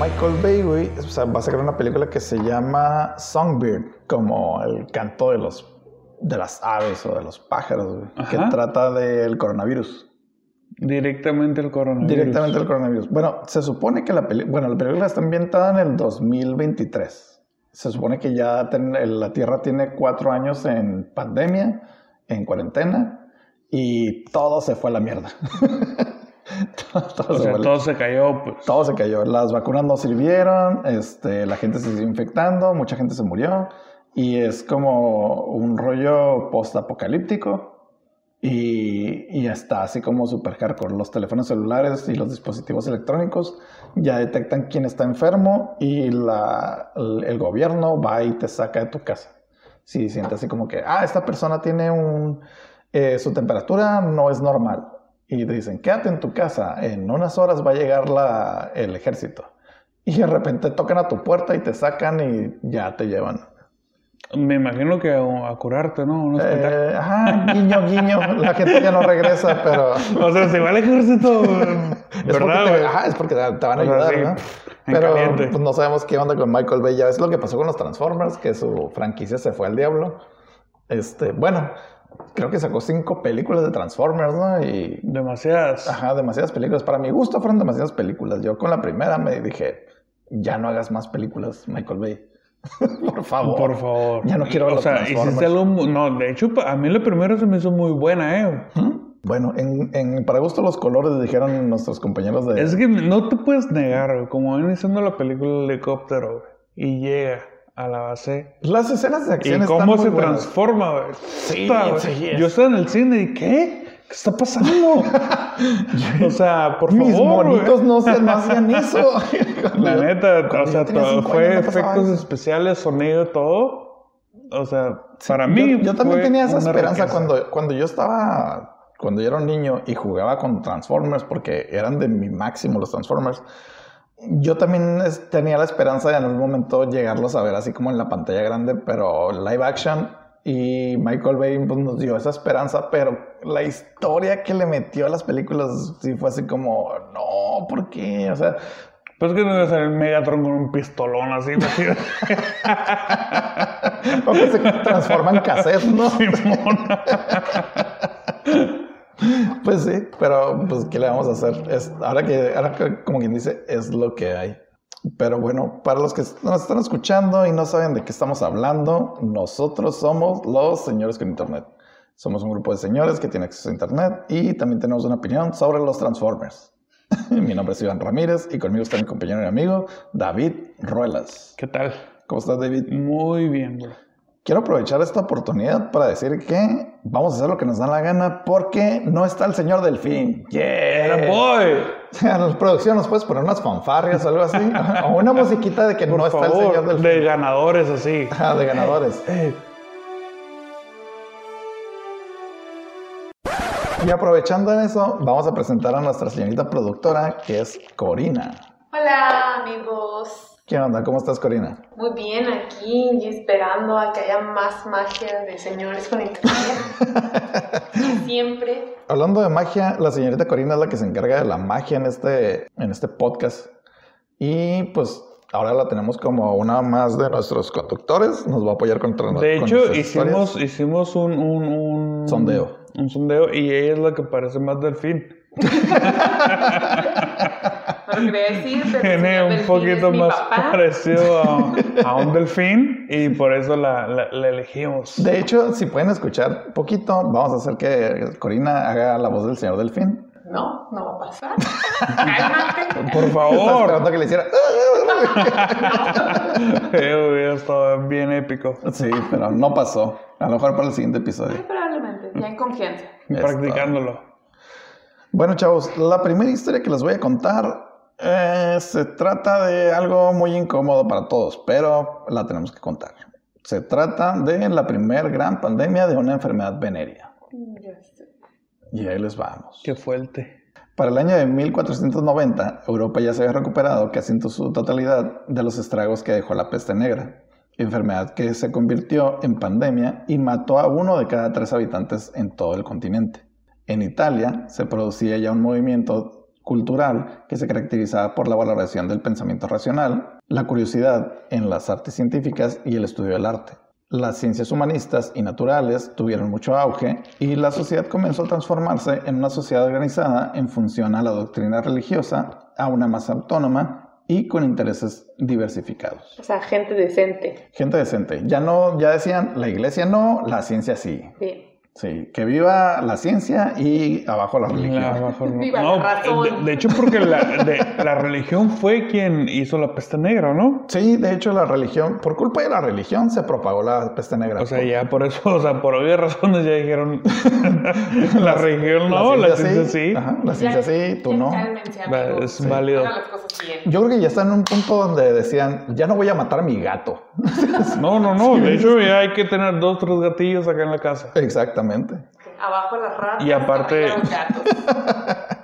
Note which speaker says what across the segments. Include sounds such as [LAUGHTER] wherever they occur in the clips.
Speaker 1: Michael Bay, güey, o sea, va a sacar una película que se llama Songbird, como el canto de los de las aves o de los pájaros, güey, que
Speaker 2: Ajá.
Speaker 1: trata del coronavirus.
Speaker 2: Directamente el coronavirus.
Speaker 1: Directamente del coronavirus. Bueno, se supone que la película, bueno, la película está ambientada en el 2023. Se supone que ya ten- la Tierra tiene cuatro años en pandemia, en cuarentena, y todo se fue a la mierda. [LAUGHS] todo, todo
Speaker 2: O
Speaker 1: se
Speaker 2: sea,
Speaker 1: fue a la-
Speaker 2: todo se cayó, pues.
Speaker 1: todo se cayó. Las vacunas no sirvieron, este, la gente se siguió infectando, mucha gente se murió. Y es como un rollo post-apocalíptico. Y, y está así como super hardcore. Los teléfonos celulares y los dispositivos electrónicos ya detectan quién está enfermo y la, el el gobierno va y te saca de tu casa. Si sientes así como que, ah, esta persona tiene un, eh, su temperatura no es normal. Y te dicen, quédate en tu casa, en unas horas va a llegar la, el ejército. Y de repente tocan a tu puerta y te sacan y ya te llevan.
Speaker 2: Me imagino que a, a curarte, ¿no? Un hospital.
Speaker 1: Eh, ajá, guiño, guiño. La gente ya no regresa, pero...
Speaker 2: [LAUGHS] O sea, se va
Speaker 1: [LAUGHS]
Speaker 2: al ejército,
Speaker 1: Es porque,
Speaker 2: ¿verdad,
Speaker 1: te,
Speaker 2: güey?
Speaker 1: ajá, es porque te, te van a
Speaker 2: O sea,
Speaker 1: ayudar,
Speaker 2: sí,
Speaker 1: ¿no?
Speaker 2: en
Speaker 1: Pero
Speaker 2: caliente.
Speaker 1: pues, no sabemos qué onda con Michael Bay. Ya ves lo que pasó con los Transformers, que su franquicia se fue al diablo. Este, bueno, creo que sacó cinco películas de Transformers, ¿no? Y
Speaker 2: Demasiadas.
Speaker 1: Ajá, demasiadas películas. Para mi gusto fueron demasiadas películas. Yo con la primera me dije, ya no hagas más películas, Michael Bay. [LAUGHS] Por favor.
Speaker 2: Por favor.
Speaker 1: Ya no quiero ver
Speaker 2: O
Speaker 1: los
Speaker 2: sea,
Speaker 1: Transformers.
Speaker 2: hiciste algo. mu- No, de hecho, pa- a mí la primera se me hizo muy buena, ¿eh?
Speaker 1: ¿Mm? Bueno, en, en- para gusto los colores dijeron nuestros compañeros de...
Speaker 2: Es que no te puedes negar, güey. Como va iniciando la película del helicóptero, güey, y llega a la base.
Speaker 1: Las escenas de acción
Speaker 2: ¿Y
Speaker 1: están
Speaker 2: cómo
Speaker 1: muy
Speaker 2: se
Speaker 1: buenas.
Speaker 2: transforma, güey? Puta, güey.
Speaker 1: sí, es.
Speaker 2: Yo estaba en el cine y ¿qué? ¿Qué está
Speaker 1: [LAUGHS]
Speaker 2: pasando? o sea, por
Speaker 1: Mis
Speaker 2: favor. güey.
Speaker 1: monitos no, se, no hacían
Speaker 2: [LAUGHS]
Speaker 1: eso.
Speaker 2: La neta, o
Speaker 1: Cuando yo
Speaker 2: sea,
Speaker 1: tenía
Speaker 2: todo-
Speaker 1: cinco
Speaker 2: fue
Speaker 1: años no pasaba
Speaker 2: efectos
Speaker 1: eso.
Speaker 2: especiales, sonido, todo. O sea, para
Speaker 1: Yo-
Speaker 2: mí.
Speaker 1: Yo, también
Speaker 2: fue
Speaker 1: tenía esa
Speaker 2: una
Speaker 1: esperanza
Speaker 2: riqueza.
Speaker 1: cuando, cuando yo estaba, cuando yo era un niño y jugaba con Transformers, porque eran de mi máximo los Transformers. Yo también es- tenía la esperanza de en algún momento llegarlos a ver así como en la pantalla grande, pero live action. Y Michael Bay pues, nos dio esa esperanza, pero la historia que le metió a las películas sí fue así como, no, ¿por qué? O sea, [LAUGHS]
Speaker 2: Pues que no iba a salir Megatron con un pistolón así,
Speaker 1: [LAUGHS]
Speaker 2: imagínate.
Speaker 1: o que se transforma en cassette, ¿no?
Speaker 2: Simón.
Speaker 1: Pues sí, pero pues qué le vamos a hacer. Es, ahora que, ahora que, como quien dice, es lo que hay. Pero bueno, para los que nos están escuchando y no saben de qué estamos hablando, nosotros somos los señores con internet. Somos un grupo de señores que tiene acceso a internet y también tenemos una opinión sobre los Transformers. [LAUGHS] Mi nombre es Iván Ramírez y conmigo está mi compañero y amigo David Ruelas.
Speaker 2: ¿Qué tal?
Speaker 1: ¿Cómo estás, David?
Speaker 2: Muy bien, bro.
Speaker 1: Quiero aprovechar esta oportunidad para decir que vamos a hacer lo que nos da la gana porque no está el señor Delfín.
Speaker 2: Era
Speaker 1: ¡Yeah!
Speaker 2: boy.
Speaker 1: A [LAUGHS] la producción nos puedes poner unas fanfarrias o algo así. o una musiquita de que
Speaker 2: Por
Speaker 1: no está el señor
Speaker 2: favor,
Speaker 1: Delfín.
Speaker 2: de ganadores así.
Speaker 1: Ah, de ganadores.
Speaker 2: Eh,
Speaker 1: Y aprovechando en eso, vamos a presentar a nuestra señorita productora que es Corina.
Speaker 3: Hola amigos,
Speaker 1: ¿Qué onda? ¿Cómo estás, Corina?
Speaker 3: muy bien aquí y esperando a que haya más magia de señores con internet. Siempre.
Speaker 1: Hablando de magia, la señorita Corina es la que se encarga de la magia en este, en este podcast. Y pues ahora la tenemos como una más de nuestros conductores. Nos va a apoyar contra
Speaker 2: De
Speaker 1: con
Speaker 2: hecho,
Speaker 1: sus historias.
Speaker 2: hicimos, hicimos un, un, un-
Speaker 1: Sondeo.
Speaker 2: Un sondeo y ella es la que parece más delfín.
Speaker 3: No lo quería decir, pero
Speaker 2: Tiene
Speaker 3: señor
Speaker 2: un
Speaker 3: Delfín
Speaker 2: poquito
Speaker 3: es mi
Speaker 2: más
Speaker 3: papá.
Speaker 2: parecido
Speaker 3: [LAUGHS]
Speaker 2: a, a un delfín y por eso la, la- la elegimos. [LAUGHS]
Speaker 1: De hecho, si pueden escuchar poquito, vamos a hacer que Corina haga la voz del señor Delfín.
Speaker 3: No, no va a pasar. Cálmate.
Speaker 1: [LAUGHS]
Speaker 2: Por
Speaker 1: Estaba
Speaker 2: favor.
Speaker 1: esperando que le hiciera. [LAUGHS]
Speaker 2: Eh, hubiera estado bien épico.
Speaker 1: Sí, pero no pasó. A lo mejor para el siguiente
Speaker 3: Ay,
Speaker 1: episodio.
Speaker 3: Probablemente, ya en confianza.
Speaker 1: Está.
Speaker 2: Practicándolo.
Speaker 1: Bueno, chavos, la primera historia que les voy a contar eh, se trata de algo muy incómodo para todos, pero la tenemos que contar. Se trata de la primer gran pandemia de una enfermedad venérea.
Speaker 3: Ya sé.
Speaker 1: Y ahí les vamos.
Speaker 2: Qué fuerte.
Speaker 1: Para el año de 1490, Europa ya se había recuperado casi en su totalidad de los estragos que dejó la peste negra, enfermedad que se convirtió en pandemia y mató a uno de cada tres habitantes en todo el continente. En Italia se producía ya un movimiento cultural que se caracterizaba por la valoración del pensamiento racional, la curiosidad en las artes científicas y el estudio del arte. Las ciencias humanistas y naturales tuvieron mucho auge y la sociedad comenzó a transformarse en una sociedad organizada en función a la doctrina religiosa, a una masa autónoma y con intereses diversificados.
Speaker 3: O sea, gente decente.
Speaker 1: Gente decente. Ya no, ya decían, la iglesia no, la ciencia sí.
Speaker 3: Sí.
Speaker 1: Sí, que viva la ciencia y abajo la religión.
Speaker 2: La razón.
Speaker 3: Viva la
Speaker 2: No,
Speaker 3: razón.
Speaker 2: de, de hecho, porque la, de- la religión fue quien hizo la peste negra, ¿no?
Speaker 1: Sí, de hecho la religión, por culpa de la religión se propagó la peste negra.
Speaker 2: O sea, ya por eso, o sea, por obvias razones
Speaker 1: [LAUGHS]
Speaker 2: ya dijeron [LAUGHS] la religión no, la ciencia sí.
Speaker 1: Ajá, la ciencia sí, tú no.
Speaker 3: Cálmense,
Speaker 2: Va-
Speaker 3: amigos.
Speaker 2: Es válido.
Speaker 3: Hagan las cosas bien.
Speaker 1: Yo creo que ya está en un punto donde decían, ya no voy a matar a mi gato. [LAUGHS]
Speaker 2: No, no, no. De hecho, ya hay que tener dos, tres gatillos acá en la casa.
Speaker 1: Exactamente.
Speaker 3: Abajo las ratas.
Speaker 2: Y aparte-
Speaker 3: arriba los gatos.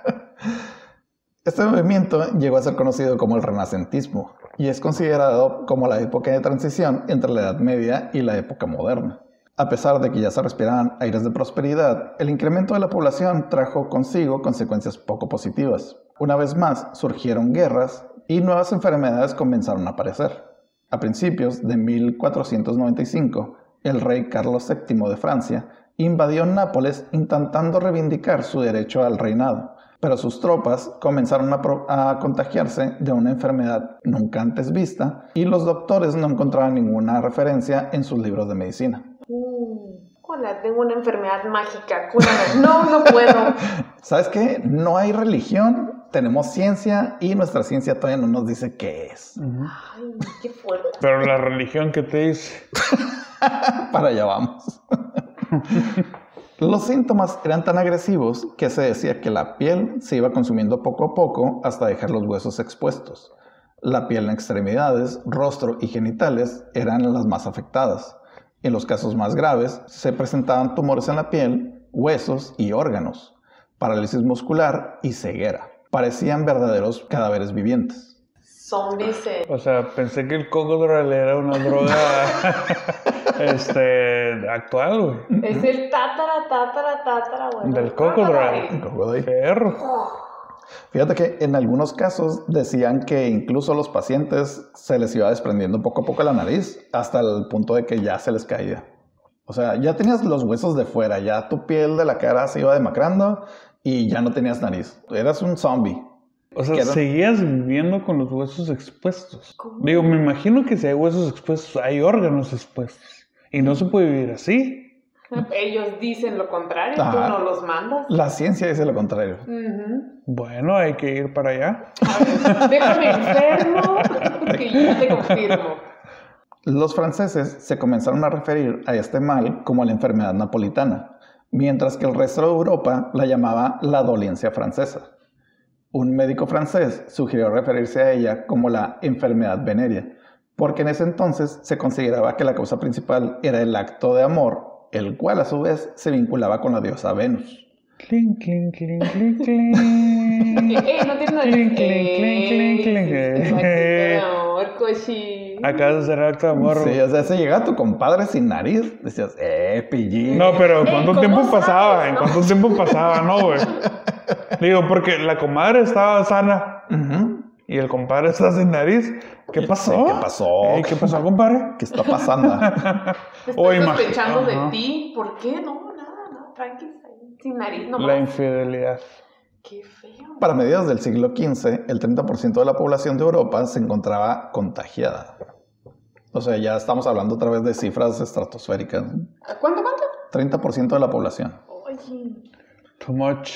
Speaker 1: Este movimiento llegó a ser conocido como el renacentismo y es considerado como la época de transición entre la Edad Media y la época moderna. A pesar de que ya se respiraban aires de prosperidad, el incremento de la población trajo consigo consecuencias poco positivas. Una vez más, surgieron guerras y nuevas enfermedades comenzaron a aparecer. A principios de 1495, el rey Carlos VII de Francia invadió Nápoles intentando reivindicar su derecho al reinado, pero sus tropas comenzaron a, pro- a contagiarse de una enfermedad nunca antes vista y los doctores no encontraban ninguna referencia en sus libros de medicina.
Speaker 3: Mm, Hola, tengo una enfermedad mágica. Cúrame. No, no puedo.
Speaker 1: ¿Sabes qué? No hay religión, tenemos ciencia y nuestra ciencia todavía no nos dice qué es.
Speaker 3: Ay, qué fuerte.
Speaker 2: Pero la religión que te dice.
Speaker 1: Para allá vamos. Los síntomas eran tan agresivos que se decía que la piel se iba consumiendo poco a poco hasta dejar los huesos expuestos. La piel en extremidades, rostro y genitales eran las más afectadas. En los casos más graves se presentaban tumores en la piel, huesos y órganos, parálisis muscular y ceguera. Parecían verdaderos cadáveres vivientes.
Speaker 3: Zombies. eh,
Speaker 2: O sea, pensé que el cocodrilo era una droga [LAUGHS] este, actual, güey.
Speaker 3: Es el tátara, tátara, tátara, güey.
Speaker 2: Del cocodrilo.
Speaker 1: Crocodile.
Speaker 2: Perro.
Speaker 3: Oh,
Speaker 1: Fíjate que en algunos casos decían que incluso a los pacientes se les iba desprendiendo poco a poco la nariz hasta el punto de que ya se les caía. O sea, ya tenías los huesos de fuera, ya tu piel de la cara se iba demacrando y ya no tenías nariz. Eras un zombie.
Speaker 2: O sea,
Speaker 1: Quiero-
Speaker 2: seguías viviendo con los huesos expuestos.
Speaker 3: ¿Cómo?
Speaker 2: Digo, me imagino que si hay huesos expuestos, hay órganos expuestos. Y no se puede vivir así.
Speaker 3: Ellos dicen lo contrario, tú
Speaker 2: Ah.
Speaker 1: Ajá.
Speaker 3: no los mandas.
Speaker 1: La ciencia dice lo contrario.
Speaker 3: Ujú.
Speaker 2: Bueno, hay que ir para allá.
Speaker 3: A ver, Déjame enfermo, que yo te confirmo.
Speaker 1: Los franceses se comenzaron a referir a este mal como la enfermedad napolitana, mientras que el resto de Europa la llamaba la dolencia francesa. Un médico francés sugirió referirse a ella como la enfermedad venérea, porque en ese entonces se consideraba que la causa principal era el acto de amor, el cual a su vez se vinculaba con la diosa Venus.
Speaker 2: Clink, clink, clink, clink, clink.
Speaker 3: [LAUGHS] Eh, eh, no tiene nada de
Speaker 2: Clink, clink, clink, clink, clink.
Speaker 3: Eh, amor, cochi.
Speaker 2: Acá de ser acto de amor.
Speaker 1: Sí, o sea, si llegaba tu compadre sin nariz, decías, eh, pillín.
Speaker 2: No, pero
Speaker 3: Eh,
Speaker 2: ¿cuánto
Speaker 3: ¿cómo
Speaker 2: tiempo
Speaker 3: sabes,
Speaker 2: pasaba? ¿En
Speaker 3: no?
Speaker 2: cuánto tiempo pasaba, no, güey? Digo, porque la comadre estaba sana
Speaker 1: Ujú.
Speaker 2: y el compadre está sin nariz. ¿Qué
Speaker 1: Sí,
Speaker 2: pasó?
Speaker 1: ¿qué pasó?
Speaker 2: Eh, ¿Qué pasó, compadre?
Speaker 1: ¿Qué está pasando?
Speaker 2: O
Speaker 3: Estoy
Speaker 2: imagi-
Speaker 3: sospechando de
Speaker 2: Ajá.
Speaker 3: ti. ¿Por qué? No, nada, no, tranqui, sin nariz
Speaker 2: La
Speaker 3: nomás.
Speaker 2: infidelidad.
Speaker 3: Qué feo.
Speaker 1: Para mediados del siglo XV, el 30% de la población de Europa se encontraba contagiada. O sea, ya estamos hablando otra vez de cifras estratosféricas.
Speaker 3: ¿Cuánto, cuánto?
Speaker 1: 30% de la población.
Speaker 3: Oye,
Speaker 2: Too much.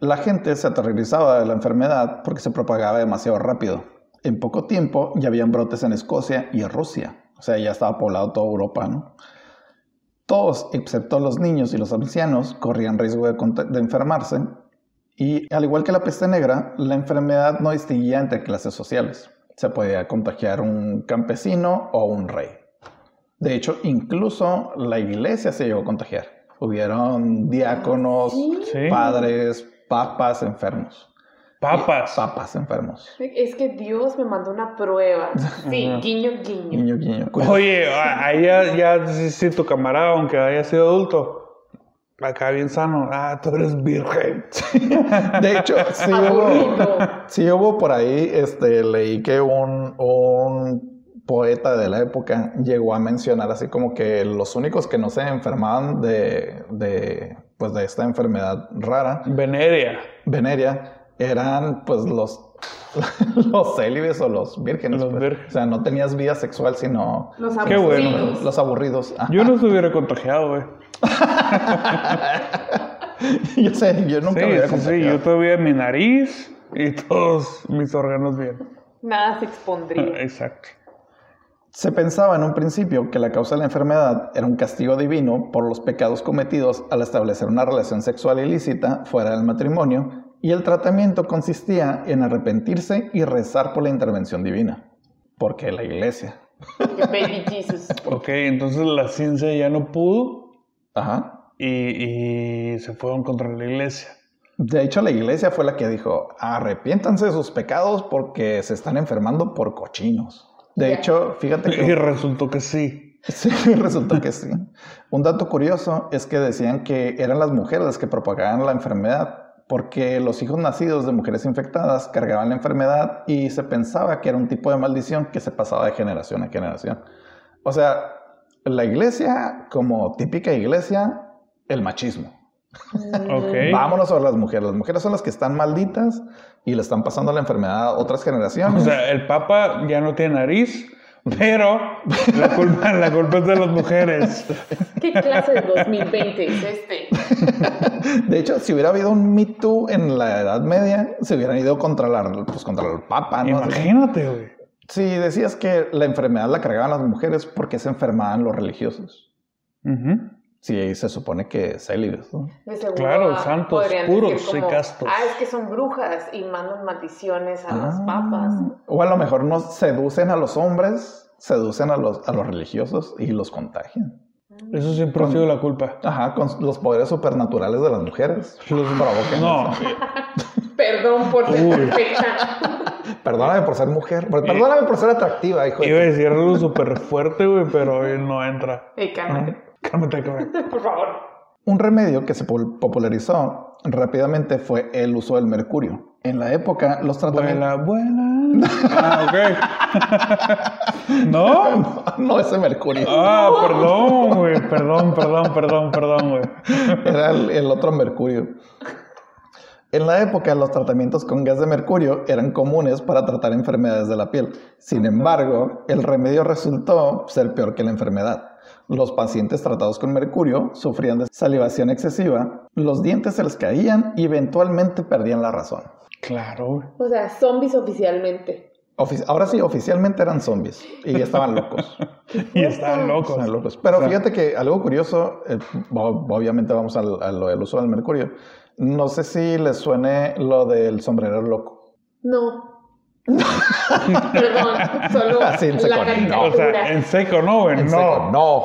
Speaker 1: La gente se aterrorizaba de la enfermedad porque se propagaba demasiado rápido. En poco tiempo ya habían brotes en Escocia y en Rusia. O sea, ya estaba poblado toda Europa, ¿no? Todos, excepto los niños y los ancianos, corrían riesgo de, cont- de enfermarse. Y al igual que la peste negra, la enfermedad no distinguía entre clases sociales. Se podía contagiar un campesino o un rey. De hecho, incluso la iglesia se llegó a contagiar. Hubieron diáconos,
Speaker 3: Sí.
Speaker 2: Sí.
Speaker 1: padres, papas enfermos.
Speaker 2: Papas.
Speaker 1: Papas enfermos.
Speaker 3: es que Dios me mandó una prueba. Sí,
Speaker 2: [LAUGHS] Ajá.
Speaker 3: guiño,
Speaker 2: [LAUGHS]
Speaker 3: guiño.
Speaker 1: Guiño, guiño.
Speaker 2: ah, Oye, a- ahí ya, ya sí, sí, tu camarada, aunque haya sido adulto, acá bien sano. Ah, tú eres
Speaker 1: [LAUGHS]
Speaker 2: virgen.
Speaker 1: [LAUGHS] De hecho, sí
Speaker 3: Aburrido.
Speaker 1: hubo, sí hubo por ahí, este, leí que un, un poeta de la época llegó a mencionar así como que los únicos que no se enfermaban de, de, pues de esta enfermedad rara,
Speaker 2: Veneria.
Speaker 1: venerea, eran pues los, [LAUGHS] los célibes o los vírgenes.
Speaker 2: Los
Speaker 1: pues.
Speaker 2: vírgenes.
Speaker 1: O sea, no tenías vida sexual, sino
Speaker 3: Los
Speaker 2: Qué bueno.
Speaker 3: aburridos.
Speaker 1: los aburridos. Ah,
Speaker 2: Yo no estuviera contagiado, güey.
Speaker 1: [LAUGHS] yo sé, yo nunca me
Speaker 2: Sí,
Speaker 1: había
Speaker 2: sí, sí.
Speaker 1: contagiado.
Speaker 2: Yo todavía mi nariz y todos mis órganos bien.
Speaker 3: Nada se expondría.
Speaker 2: Ah, Exacto.
Speaker 1: Se pensaba en un principio que la causa de la enfermedad era un castigo divino por los pecados cometidos al establecer una relación sexual ilícita fuera del matrimonio, y el tratamiento consistía en arrepentirse y rezar por la intervención divina. Porque la iglesia.
Speaker 3: Baby Jesus.
Speaker 2: Ok, entonces la ciencia ya no pudo
Speaker 1: Ajá.
Speaker 2: y, y se fueron contra la iglesia.
Speaker 1: De hecho, la iglesia fue la que dijo: arrepiéntanse de sus pecados porque se están enfermando por cochinos. De
Speaker 3: Ya.
Speaker 1: hecho, fíjate que.
Speaker 2: [LAUGHS] Y resultó que sí.
Speaker 1: [LAUGHS] Sí, resultó que sí. Un dato curioso es que decían que eran las mujeres las que propagaban la enfermedad, porque los hijos nacidos de mujeres infectadas cargaban la enfermedad y se pensaba que era un tipo de maldición que se pasaba de generación a generación. O sea, la iglesia, como típica iglesia, el machismo.
Speaker 2: [LAUGHS] Ok.
Speaker 1: Vámonos sobre las mujeres. Las mujeres son las que están malditas y le están pasando la enfermedad a otras generaciones.
Speaker 2: [LAUGHS] O sea, el Papa ya no tiene nariz, pero la culpa, la culpa es de las mujeres.
Speaker 3: ¿Qué clase de 2020 es este?
Speaker 1: De hecho, si hubiera habido un Me Too en la Edad Media, se hubieran ido contra, la, pues, contra el Papa, ¿no?
Speaker 2: Imagínate, güey.
Speaker 1: Si decías que la enfermedad la cargaban las mujeres, ¿por qué se enfermaban los religiosos?
Speaker 2: Ujú.
Speaker 1: Si se supone que célibes, ¿no?
Speaker 3: De seguro,
Speaker 2: Claro,
Speaker 3: ah,
Speaker 2: santos,
Speaker 3: podrían
Speaker 2: puros
Speaker 3: decir
Speaker 2: y
Speaker 3: como,
Speaker 2: castos.
Speaker 3: Ah, es que son brujas y mandan maldiciones a los
Speaker 1: Ah.
Speaker 3: papas.
Speaker 1: O a lo mejor no seducen a los hombres, seducen a los, a los religiosos y los contagian.
Speaker 2: Eso siempre ha sido la culpa.
Speaker 1: Ajá, con los poderes supernaturales de las mujeres. Los provocan.
Speaker 2: No,
Speaker 1: eso.
Speaker 3: Perdón por ser
Speaker 2: Uy.
Speaker 3: perfecta.
Speaker 1: Perdóname por ser mujer.
Speaker 2: Eh,
Speaker 1: Perdóname por ser atractiva, hijo. de
Speaker 2: iba a decir algo súper fuerte, güey, pero hoy no entra.
Speaker 3: Ey, cálmate,
Speaker 2: Cálmate, cabrón.
Speaker 3: por favor.
Speaker 1: Un remedio que se pol- popularizó rápidamente fue el uso del mercurio. En la época, los tratamientos...
Speaker 2: Vuela, vuela. Ah, ok. [LAUGHS] ¿No?
Speaker 1: [LAUGHS] no ese mercurio,
Speaker 2: Ah, perdón, güey. Perdón, perdón, perdón, perdón, güey.
Speaker 1: era el, el otro mercurio. En la época, los tratamientos con gas de mercurio eran comunes para tratar enfermedades de la piel. Sin embargo, el remedio resultó ser peor que la enfermedad. Los pacientes tratados con mercurio sufrían de salivación excesiva, los dientes se les caían y eventualmente perdían la razón.
Speaker 2: Claro, güey.
Speaker 3: O sea, zombies oficialmente.
Speaker 1: Ofici- Ahora sí, oficialmente eran zombies y
Speaker 2: [LAUGHS]
Speaker 1: estaban locos.
Speaker 2: [LAUGHS] Y están locos.
Speaker 1: Están locos. Pero
Speaker 2: O sea-
Speaker 1: fíjate que algo curioso, eh, ob- obviamente vamos al, a lo del uso del mercurio. No sé si les suene lo del sombrero loco.
Speaker 3: No.
Speaker 1: [LAUGHS]
Speaker 3: Perdón, solo
Speaker 1: Así en seco,
Speaker 3: la
Speaker 1: Ah, no.
Speaker 2: O
Speaker 3: caricatura. Ah,
Speaker 2: sea, en seco, ¿no, güey?
Speaker 1: En
Speaker 2: No.
Speaker 1: seco, no.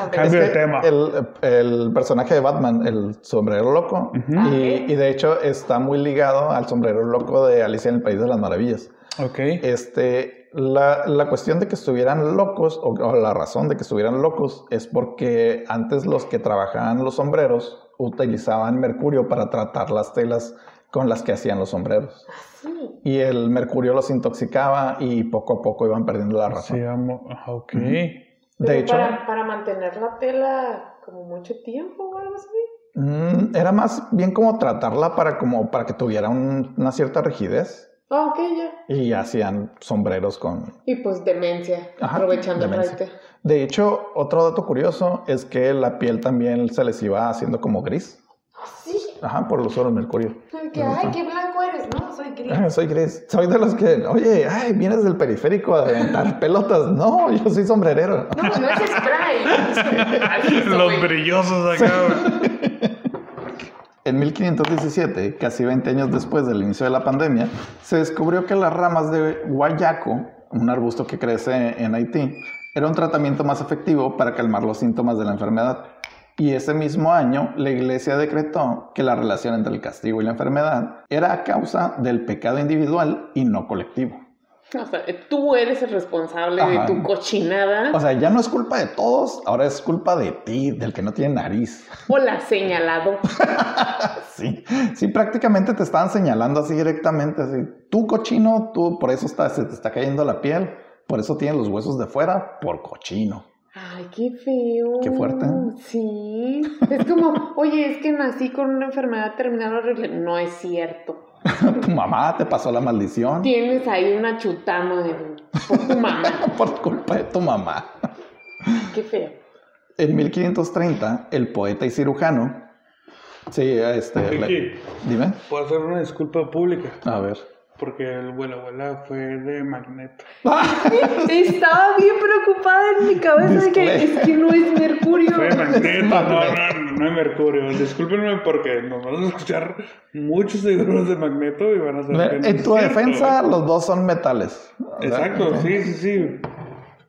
Speaker 3: A
Speaker 2: [LAUGHS]
Speaker 3: ver,
Speaker 2: Cambio de tema.
Speaker 1: El, el personaje de Batman, el sombrero loco,
Speaker 2: Ujú.
Speaker 1: y, y de hecho está muy ligado al sombrero loco de Alicia en el País de las Maravillas.
Speaker 2: Ok.
Speaker 1: Este, la, la cuestión de que estuvieran locos, o, o la razón de que estuvieran locos, es porque antes los que trabajaban los sombreros utilizaban mercurio para tratar las telas con las que hacían los sombreros.
Speaker 3: sí.
Speaker 1: Y el mercurio los intoxicaba y poco a poco iban perdiendo la razón.
Speaker 2: Sí, amo. ah, Ok.
Speaker 1: De
Speaker 3: Pero
Speaker 1: hecho,
Speaker 3: Para, para mantener la tela como mucho tiempo o algo así.
Speaker 1: mm, era más bien como tratarla para, como, para que tuviera un- una cierta rigidez.
Speaker 3: Ah, ok, ya.
Speaker 1: Y hacían sombreros con,
Speaker 3: Y pues demencia,
Speaker 1: Ajá,
Speaker 3: aprovechando
Speaker 1: demencia.
Speaker 3: el raite.
Speaker 1: De hecho, otro dato curioso es que la piel también se les iba haciendo como gris.
Speaker 3: Ah, Sí,
Speaker 1: Ajá, por el uso del mercurio. [LAUGHS]
Speaker 3: Ay, que, ay, qué blanco eres, ¿no? Soy gris.
Speaker 1: Ah, soy gris. Soy de los que, oye, ay, vienes del periférico a aventar [LAUGHS] pelotas. No, yo soy sombrerero.
Speaker 3: No, no es
Speaker 1: [LAUGHS]
Speaker 3: spray. Ay, sí,
Speaker 2: Los
Speaker 3: soy-
Speaker 2: brillosos acá. güey.
Speaker 1: En 1517, casi 20 años después del inicio de la pandemia, se descubrió que las ramas de guayaco, un arbusto que crece en Haití, era un tratamiento más efectivo para calmar los síntomas de la enfermedad. Y ese mismo año, la iglesia decretó que la relación entre el castigo y la enfermedad era a causa del pecado individual y no colectivo.
Speaker 3: O sea, tú eres el responsable
Speaker 1: Ajá.
Speaker 3: de tu cochinada
Speaker 1: O sea, ya no es culpa de todos, ahora es culpa de ti, del que no tiene nariz. [LAUGHS]
Speaker 3: o la señalado.
Speaker 1: Sí, sí, prácticamente te están señalando así directamente, así, tú cochino, tú por eso está, se te está cayendo la piel, por eso tienes los huesos de fuera, por cochino. [LAUGHS]
Speaker 3: Ay, qué feo.
Speaker 1: Qué fuerte.
Speaker 3: Sí. Es como, [LAUGHS] oye, es que nací con una enfermedad terminal horrible. No es cierto.
Speaker 1: tu mamá te pasó la maldición
Speaker 3: Tienes ahí una chutama de por tu mamá.
Speaker 1: [LAUGHS] por culpa de tu mamá.
Speaker 3: Qué feo.
Speaker 1: En 1530, el poeta y cirujano, sí, este, le-
Speaker 2: Ricky,
Speaker 1: dime,
Speaker 2: puedo hacer una disculpa pública.
Speaker 1: a ver.
Speaker 2: Porque el vuelo abuela fue de Magneto.
Speaker 3: Estaba bien preocupada en mi cabeza de que
Speaker 1: Disclaimer.
Speaker 3: es que no es mercurio.
Speaker 2: Fue de Magneto, no,
Speaker 1: Magneto.
Speaker 2: no, no de Mercurio. Discúlpenme porque nos van a escuchar muchos seguros de Magneto y van a saber. que
Speaker 1: [LAUGHS]
Speaker 2: no
Speaker 1: En
Speaker 2: es
Speaker 1: tu
Speaker 2: cierto. ¿eh?
Speaker 1: defensa, los dos son metales. O sea, [LAUGHS]
Speaker 2: Exacto, sí, sí, sí.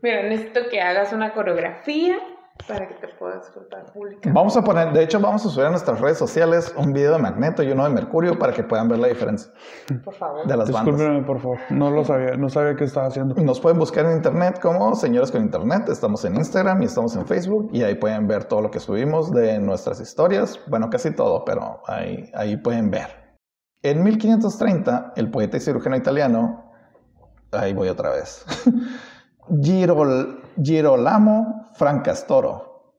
Speaker 3: Mira, necesito que hagas una coreografía para que te puedas disfrutar pública.
Speaker 1: Vamos a poner, de hecho, vamos a subir a nuestras redes sociales un video de Magneto y uno de Mercurio para que puedan ver la diferencia
Speaker 3: Por favor.
Speaker 1: de las bandas.
Speaker 2: Discúlpenme, por favor. No lo sabía, no sabía qué estaba haciendo.
Speaker 1: Nos pueden buscar en internet como Señores con Internet. Estamos en Instagram y estamos en Facebook y ahí pueden ver todo lo que subimos de nuestras historias. Bueno, casi todo, pero ahí, ahí pueden ver. En 1530, el poeta y cirujano italiano, ahí voy otra vez, [LAUGHS] Girol- Girolamo Francastoro,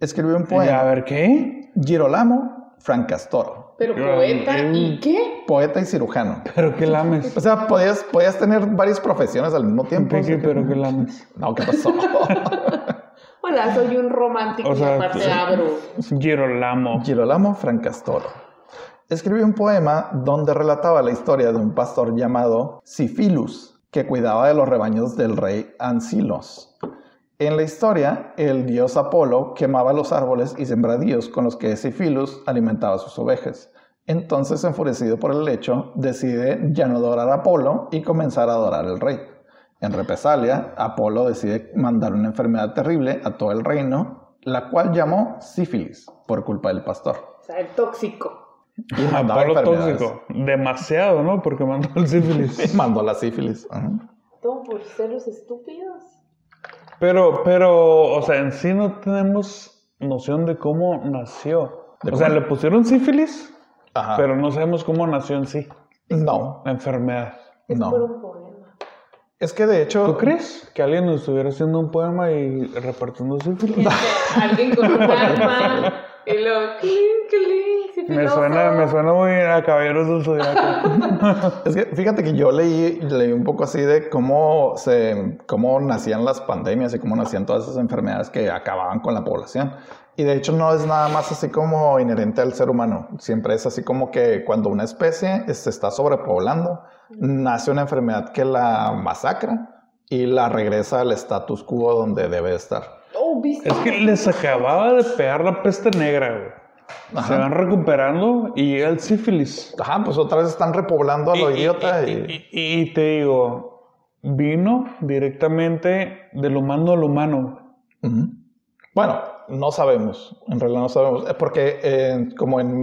Speaker 1: escribió un
Speaker 2: Y a
Speaker 1: poema.
Speaker 2: ver, ¿qué?
Speaker 1: Girolamo Francastoro.
Speaker 3: Pero
Speaker 2: Yo,
Speaker 3: poeta,
Speaker 2: eh,
Speaker 3: ¿y qué?
Speaker 1: poeta y cirujano.
Speaker 2: ¿Pero qué lames?
Speaker 1: O sea, podías, podías tener varias profesiones al mismo Pues, tiempo.
Speaker 2: Ricky,
Speaker 1: así que-
Speaker 2: pero qué lames.
Speaker 1: No, ¿qué pasó?
Speaker 3: Hola, soy un romántico
Speaker 2: O sea,
Speaker 3: y aparte
Speaker 2: sí.
Speaker 3: abro.
Speaker 2: Girolamo.
Speaker 1: Girolamo Francastoro. Escribió un poema donde relataba la historia de un pastor llamado Sifilus, que cuidaba de los rebaños del rey Ancilos. En la historia, el dios Apolo quemaba los árboles y sembradíos con los que Sifilus alimentaba sus ovejas. Entonces, enfurecido por el hecho, decide ya no adorar a Apolo y comenzar a adorar al rey. En represalia, Apolo decide mandar una enfermedad terrible a todo el reino, la cual llamó sífilis por culpa del pastor.
Speaker 3: O sea, el tóxico.
Speaker 1: Y mandaba
Speaker 2: Apolo
Speaker 1: enfermedades.
Speaker 2: tóxico. Demasiado, ¿no? Porque mandó el sífilis.
Speaker 1: [LAUGHS] Mandó la sífilis. ajá.
Speaker 3: Todo por ser los estúpidos.
Speaker 2: Pero, pero, o sea, en sí no tenemos noción de cómo nació.
Speaker 1: ¿De
Speaker 2: o sea,
Speaker 1: cómo? Ah.
Speaker 2: le pusieron sífilis,
Speaker 1: Ajá.
Speaker 2: pero no sabemos cómo nació en sí
Speaker 1: no,
Speaker 2: la enfermedad.
Speaker 3: Es
Speaker 1: No.
Speaker 3: por un poema.
Speaker 1: es que de hecho.
Speaker 2: ¿Tú crees que alguien nos estuviera haciendo un poema y repartiendo
Speaker 1: [LAUGHS]
Speaker 2: sífilis? [LAUGHS]
Speaker 3: Alguien con un alma. Y luego, clink, clink, sí,
Speaker 2: Me suena, me suena muy a caballeros del zodiaco.
Speaker 1: Es que fíjate que yo leí, leí un poco así de cómo, se, cómo nacían las pandemias y cómo nacían todas esas enfermedades que acababan con la población. Y de hecho no es nada más así como inherente al ser humano. Siempre es así como que cuando una especie eh, se está sobrepoblando, nace una enfermedad que la masacra y la regresa al status quo donde debe estar.
Speaker 3: Oh, ¿viste?
Speaker 2: es que les acababa de pegar la peste negra, güey. Se
Speaker 1: Ajá.
Speaker 2: van recuperando y llega el sífilis.
Speaker 1: Ajá, pues otra vez están repoblando a lo idiota. y-
Speaker 2: y- y- y te digo, vino directamente del humano al humano.
Speaker 1: Ujú. Bueno, no sabemos, en realidad no sabemos, Eh, porque eh, como en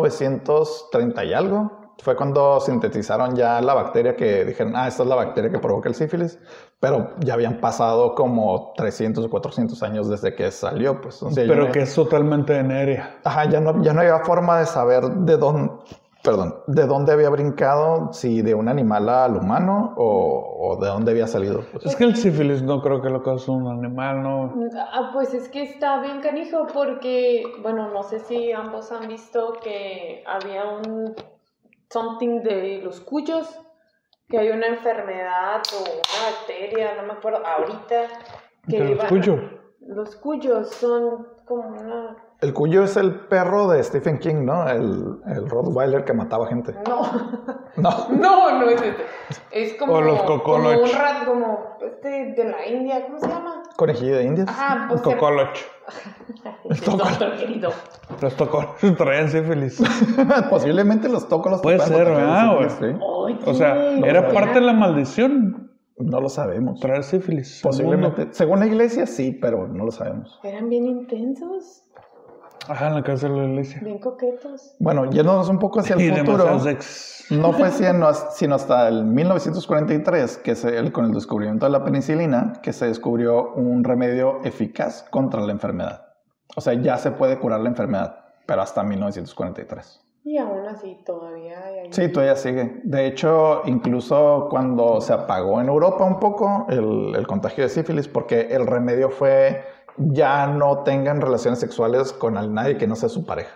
Speaker 1: 1930 y algo fue cuando sintetizaron ya la bacteria que dijeron, ah, esta es la bacteria que provoca el sífilis, pero ya habían pasado como 300 o 400 años desde que salió, pues. o sea, ya
Speaker 2: pero
Speaker 1: no-
Speaker 2: que es totalmente venerea.
Speaker 1: Ajá, ya no, ya no había forma de saber de dónde, perdón, de dónde había brincado, si de un animal al humano o, o de dónde había salido. pues.
Speaker 2: Es que el sífilis no creo que lo cause un animal, ¿no?
Speaker 3: Ah, pues es que está bien canijo porque, bueno, no sé si ambos han visto que había un something de los cuyos, que hay una enfermedad o una bacteria, no me acuerdo, ahorita. Que
Speaker 2: Te lo
Speaker 3: iba-
Speaker 2: escucho.
Speaker 3: Los cuyos son como una...
Speaker 1: El cuyo es el perro de Stephen King, ¿no? El, el Rottweiler que mataba gente.
Speaker 3: No,
Speaker 1: No.
Speaker 3: no, no es este. Es como,
Speaker 2: O los
Speaker 3: como
Speaker 2: cocoloch.
Speaker 3: un rat, como este de la India, ¿cómo se llama?
Speaker 1: Conejillo de indias.
Speaker 3: Ajá,
Speaker 2: Un
Speaker 3: pues... se-
Speaker 2: cocoloch.
Speaker 3: Es otro querido.
Speaker 2: Los cocoloch [LAUGHS] traían sífilis.
Speaker 1: [LAUGHS] Posiblemente los toco los
Speaker 2: Puede
Speaker 1: tocan,
Speaker 2: ser,
Speaker 1: los tocan,
Speaker 2: ¿verdad,
Speaker 1: los tocan, sí.
Speaker 3: Oye,
Speaker 2: O sea,
Speaker 3: no
Speaker 2: era
Speaker 3: sabía.
Speaker 2: parte de la maldición
Speaker 1: No lo sabemos.
Speaker 2: traer sífilis. al mundo.
Speaker 1: Posiblemente. Según la iglesia, sí, pero no lo sabemos.
Speaker 3: Eran bien intensos.
Speaker 2: Ajá, en la casa de la iglesia.
Speaker 3: Bien coquetos.
Speaker 1: Bueno, yéndonos un poco hacia
Speaker 2: [LAUGHS] y
Speaker 1: el futuro.
Speaker 2: demasiado sex.
Speaker 1: No fue sino hasta, sino hasta el 1943 que se- el- con el descubrimiento de la penicilina que se descubrió un remedio eficaz contra la enfermedad. O sea, ya se puede curar la enfermedad, pero hasta 1943.
Speaker 3: Y aún así todavía hay ahí.
Speaker 1: Sí, todavía sigue. De hecho, incluso cuando se apagó en Europa un poco el, el contagio de sífilis, porque el remedio fue ya no tengan relaciones sexuales con al- nadie que no sea su pareja.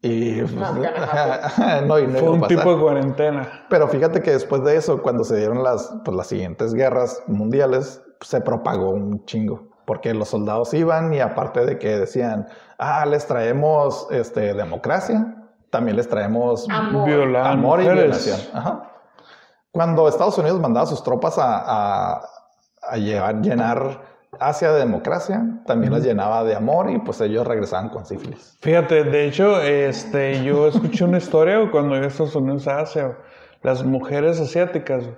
Speaker 1: Y pues, [LAUGHS]
Speaker 3: No, ya no
Speaker 1: no, y no
Speaker 2: Fue
Speaker 1: iba a
Speaker 2: un
Speaker 1: pasar.
Speaker 2: tipo de cuarentena.
Speaker 1: Pero fíjate que después de eso, cuando se dieron las, pues, las siguientes guerras mundiales, se propagó un chingo. Porque los soldados iban y aparte de que decían, ah, les traemos este, democracia, también les traemos
Speaker 3: Amor.
Speaker 2: Violar
Speaker 1: amor y
Speaker 2: mujeres.
Speaker 1: violación. Ajá. Cuando Estados Unidos mandaba sus tropas a, a- a llevar- llenar Asia de democracia, también las llenaba de amor y pues ellos regresaban con sífilis.
Speaker 2: Fíjate, de hecho, este,
Speaker 1: [LAUGHS]
Speaker 2: yo escuché una historia güey, cuando iba a Estados Unidos a Asia. güey. Las mujeres asiáticas güey,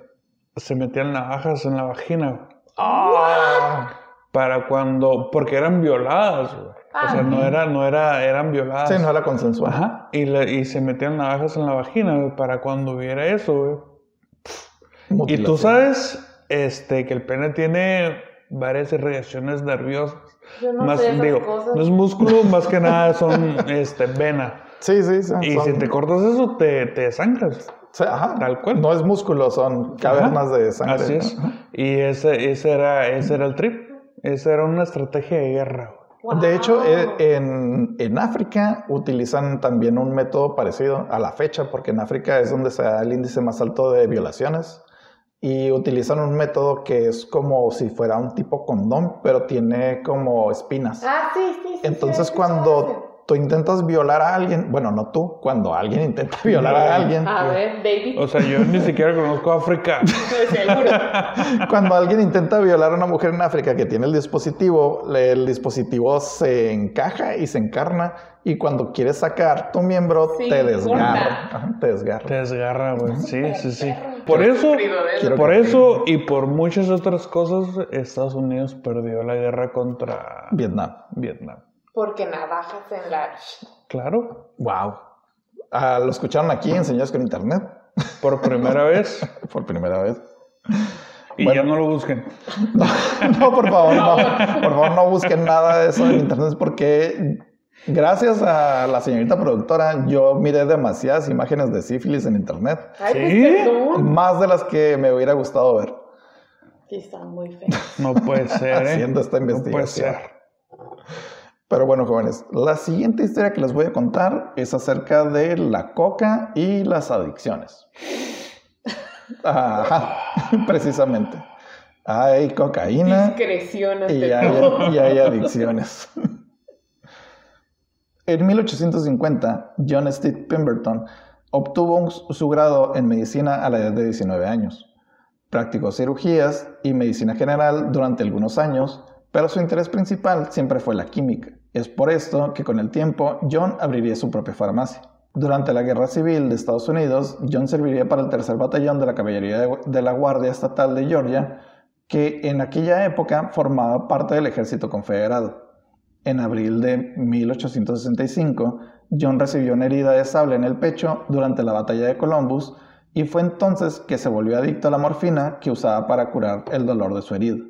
Speaker 2: se metían navajas en la vagina güey, Ah. para cuando, porque eran violadas, güey. O sea,
Speaker 3: Ah.
Speaker 2: no era, no era, eran violadas.
Speaker 1: Sí, no era consensual.
Speaker 2: Ajá. Y, la- y se metían navajas en la vagina güey, para cuando hubiera eso, güey. Y tú
Speaker 1: Mutilación.
Speaker 2: sabes, este, que el pene tiene varias irrigaciones nerviosas.
Speaker 3: Yo no
Speaker 2: más,
Speaker 3: sé esas
Speaker 2: digo,
Speaker 3: cosas.
Speaker 2: no es músculo, más que nada son,
Speaker 1: [LAUGHS]
Speaker 2: este, vena.
Speaker 1: Sí, sí, sí.
Speaker 2: Y
Speaker 1: Ah, son-
Speaker 2: si te cortas eso, te, te sangras.
Speaker 1: Sí, ajá.
Speaker 2: Tal cual.
Speaker 1: No es músculo, son cavernas de sangre.
Speaker 2: Así es. Y ese, ese, era, ese era el trip. Esa era una estrategia de eh, guerra. güey.
Speaker 3: Wow.
Speaker 1: De hecho, e- en, en África utilizan también un método parecido a la fecha, porque en África es donde se da el índice más alto de violaciones. Y utilizan un método que es como si fuera un tipo condón, pero tiene como espinas.
Speaker 3: Ah, sí, sí, sí, sí.
Speaker 1: Entonces,
Speaker 3: he escuchado
Speaker 1: cuando tú intentas violar a alguien, bueno, no tú, cuando alguien intenta [LAUGHS] violar a alguien,
Speaker 3: ese. A ver, [LAUGHS] baby.
Speaker 2: O sea, yo ni siquiera
Speaker 1: [LAUGHS]
Speaker 2: conozco África. [LAUGHS]
Speaker 3: Seguro.
Speaker 1: Cuando alguien intenta violar a una mujer en África que tiene el dispositivo, le- el dispositivo se encaja y se encarna. Y cuando quieres sacar tu miembro,
Speaker 3: Sí,
Speaker 1: te
Speaker 3: corta.
Speaker 1: desgarra. Ajá, Te desgarra.
Speaker 2: Te desgarra, güey. Sí, sí, sí. Por eso,
Speaker 1: Quiero
Speaker 2: por
Speaker 1: que-
Speaker 2: eso y por muchas otras cosas, Estados Unidos perdió la guerra contra
Speaker 1: Vietnam.
Speaker 2: Vietnam.
Speaker 3: Porque navajas en la.
Speaker 2: Claro.
Speaker 1: Wow. Ah, lo escucharon aquí en Señores con Internet [LAUGHS]
Speaker 2: Por primera vez.
Speaker 1: por primera vez. [LAUGHS]
Speaker 2: Y
Speaker 1: Bueno.
Speaker 2: ya no lo busquen.
Speaker 1: No, no, por favor, no. Por favor, no busquen nada de eso en Internet porque. Gracias a la señorita productora, yo miré demasiadas imágenes de sífilis en internet,
Speaker 3: Ay,
Speaker 2: ¿Sí?
Speaker 3: pues perdón.
Speaker 1: más de las que me hubiera gustado ver.
Speaker 3: Sí, están muy feas.
Speaker 2: No puede ser, ¿eh?
Speaker 1: Haciendo esta
Speaker 2: No puede
Speaker 1: investigación.
Speaker 2: ser.
Speaker 1: Pero bueno, jóvenes, la siguiente historia que les voy a contar es acerca de la coca y las adicciones. Ajá, [LAUGHS] precisamente. Hay cocaína
Speaker 3: Discreción
Speaker 1: y
Speaker 3: ante todo.
Speaker 1: hay, y hay adicciones. En 1850, John Steve Pemberton obtuvo un- su grado en medicina a la edad de 19 años. Practicó cirugías y medicina general durante algunos años, pero su interés principal siempre fue la química. Es por esto que con el tiempo John abriría su propia farmacia. Durante la Guerra Civil de Estados Unidos, John serviría para el tercer batallón de la caballería de- de la Guardia Estatal de Georgia, que en aquella época formaba parte del ejército confederado. En abril de 1865, John recibió una herida de sable en el pecho durante la batalla de Columbus y fue entonces que se volvió adicto a la morfina que usaba para curar el dolor de su herida.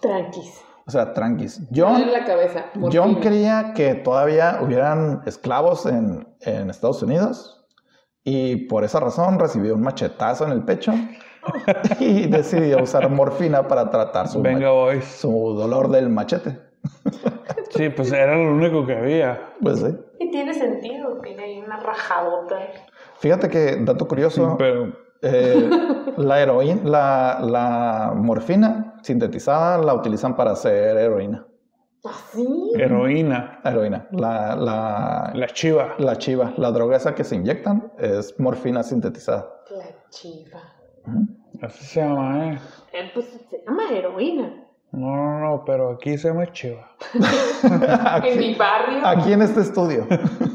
Speaker 3: Tranquis.
Speaker 1: O sea, tranquis.
Speaker 3: Dale
Speaker 1: John,
Speaker 3: en la cabeza. por
Speaker 1: John
Speaker 3: fin.
Speaker 1: creía que todavía hubieran esclavos en, en Estados Unidos y por esa razón recibió un machetazo en el pecho y decidió usar morfina para tratar su, ma-
Speaker 2: Venga, boys.
Speaker 1: su dolor del machete.
Speaker 2: Sí, pues era lo único que había.
Speaker 1: Pues sí.
Speaker 3: Y tiene sentido, tiene ahí una rajadota.
Speaker 1: Fíjate que, dato curioso,
Speaker 2: Pero
Speaker 1: eh, la heroína, la, la morfina sintetizada la utilizan para hacer heroína.
Speaker 3: ¿Ah, ¿Así?
Speaker 2: heroína,
Speaker 1: Heroína. La, la,
Speaker 2: la chiva.
Speaker 1: la chiva, la droga esa que se inyectan es morfina sintetizada.
Speaker 3: La chiva.
Speaker 2: Así se llama, ¿eh?
Speaker 3: Eh, Pues se llama heroína.
Speaker 2: No, no, no, pero aquí se llama chiva.
Speaker 3: [LAUGHS] En
Speaker 1: aquí,
Speaker 3: mi barrio.
Speaker 1: aquí en este estudio.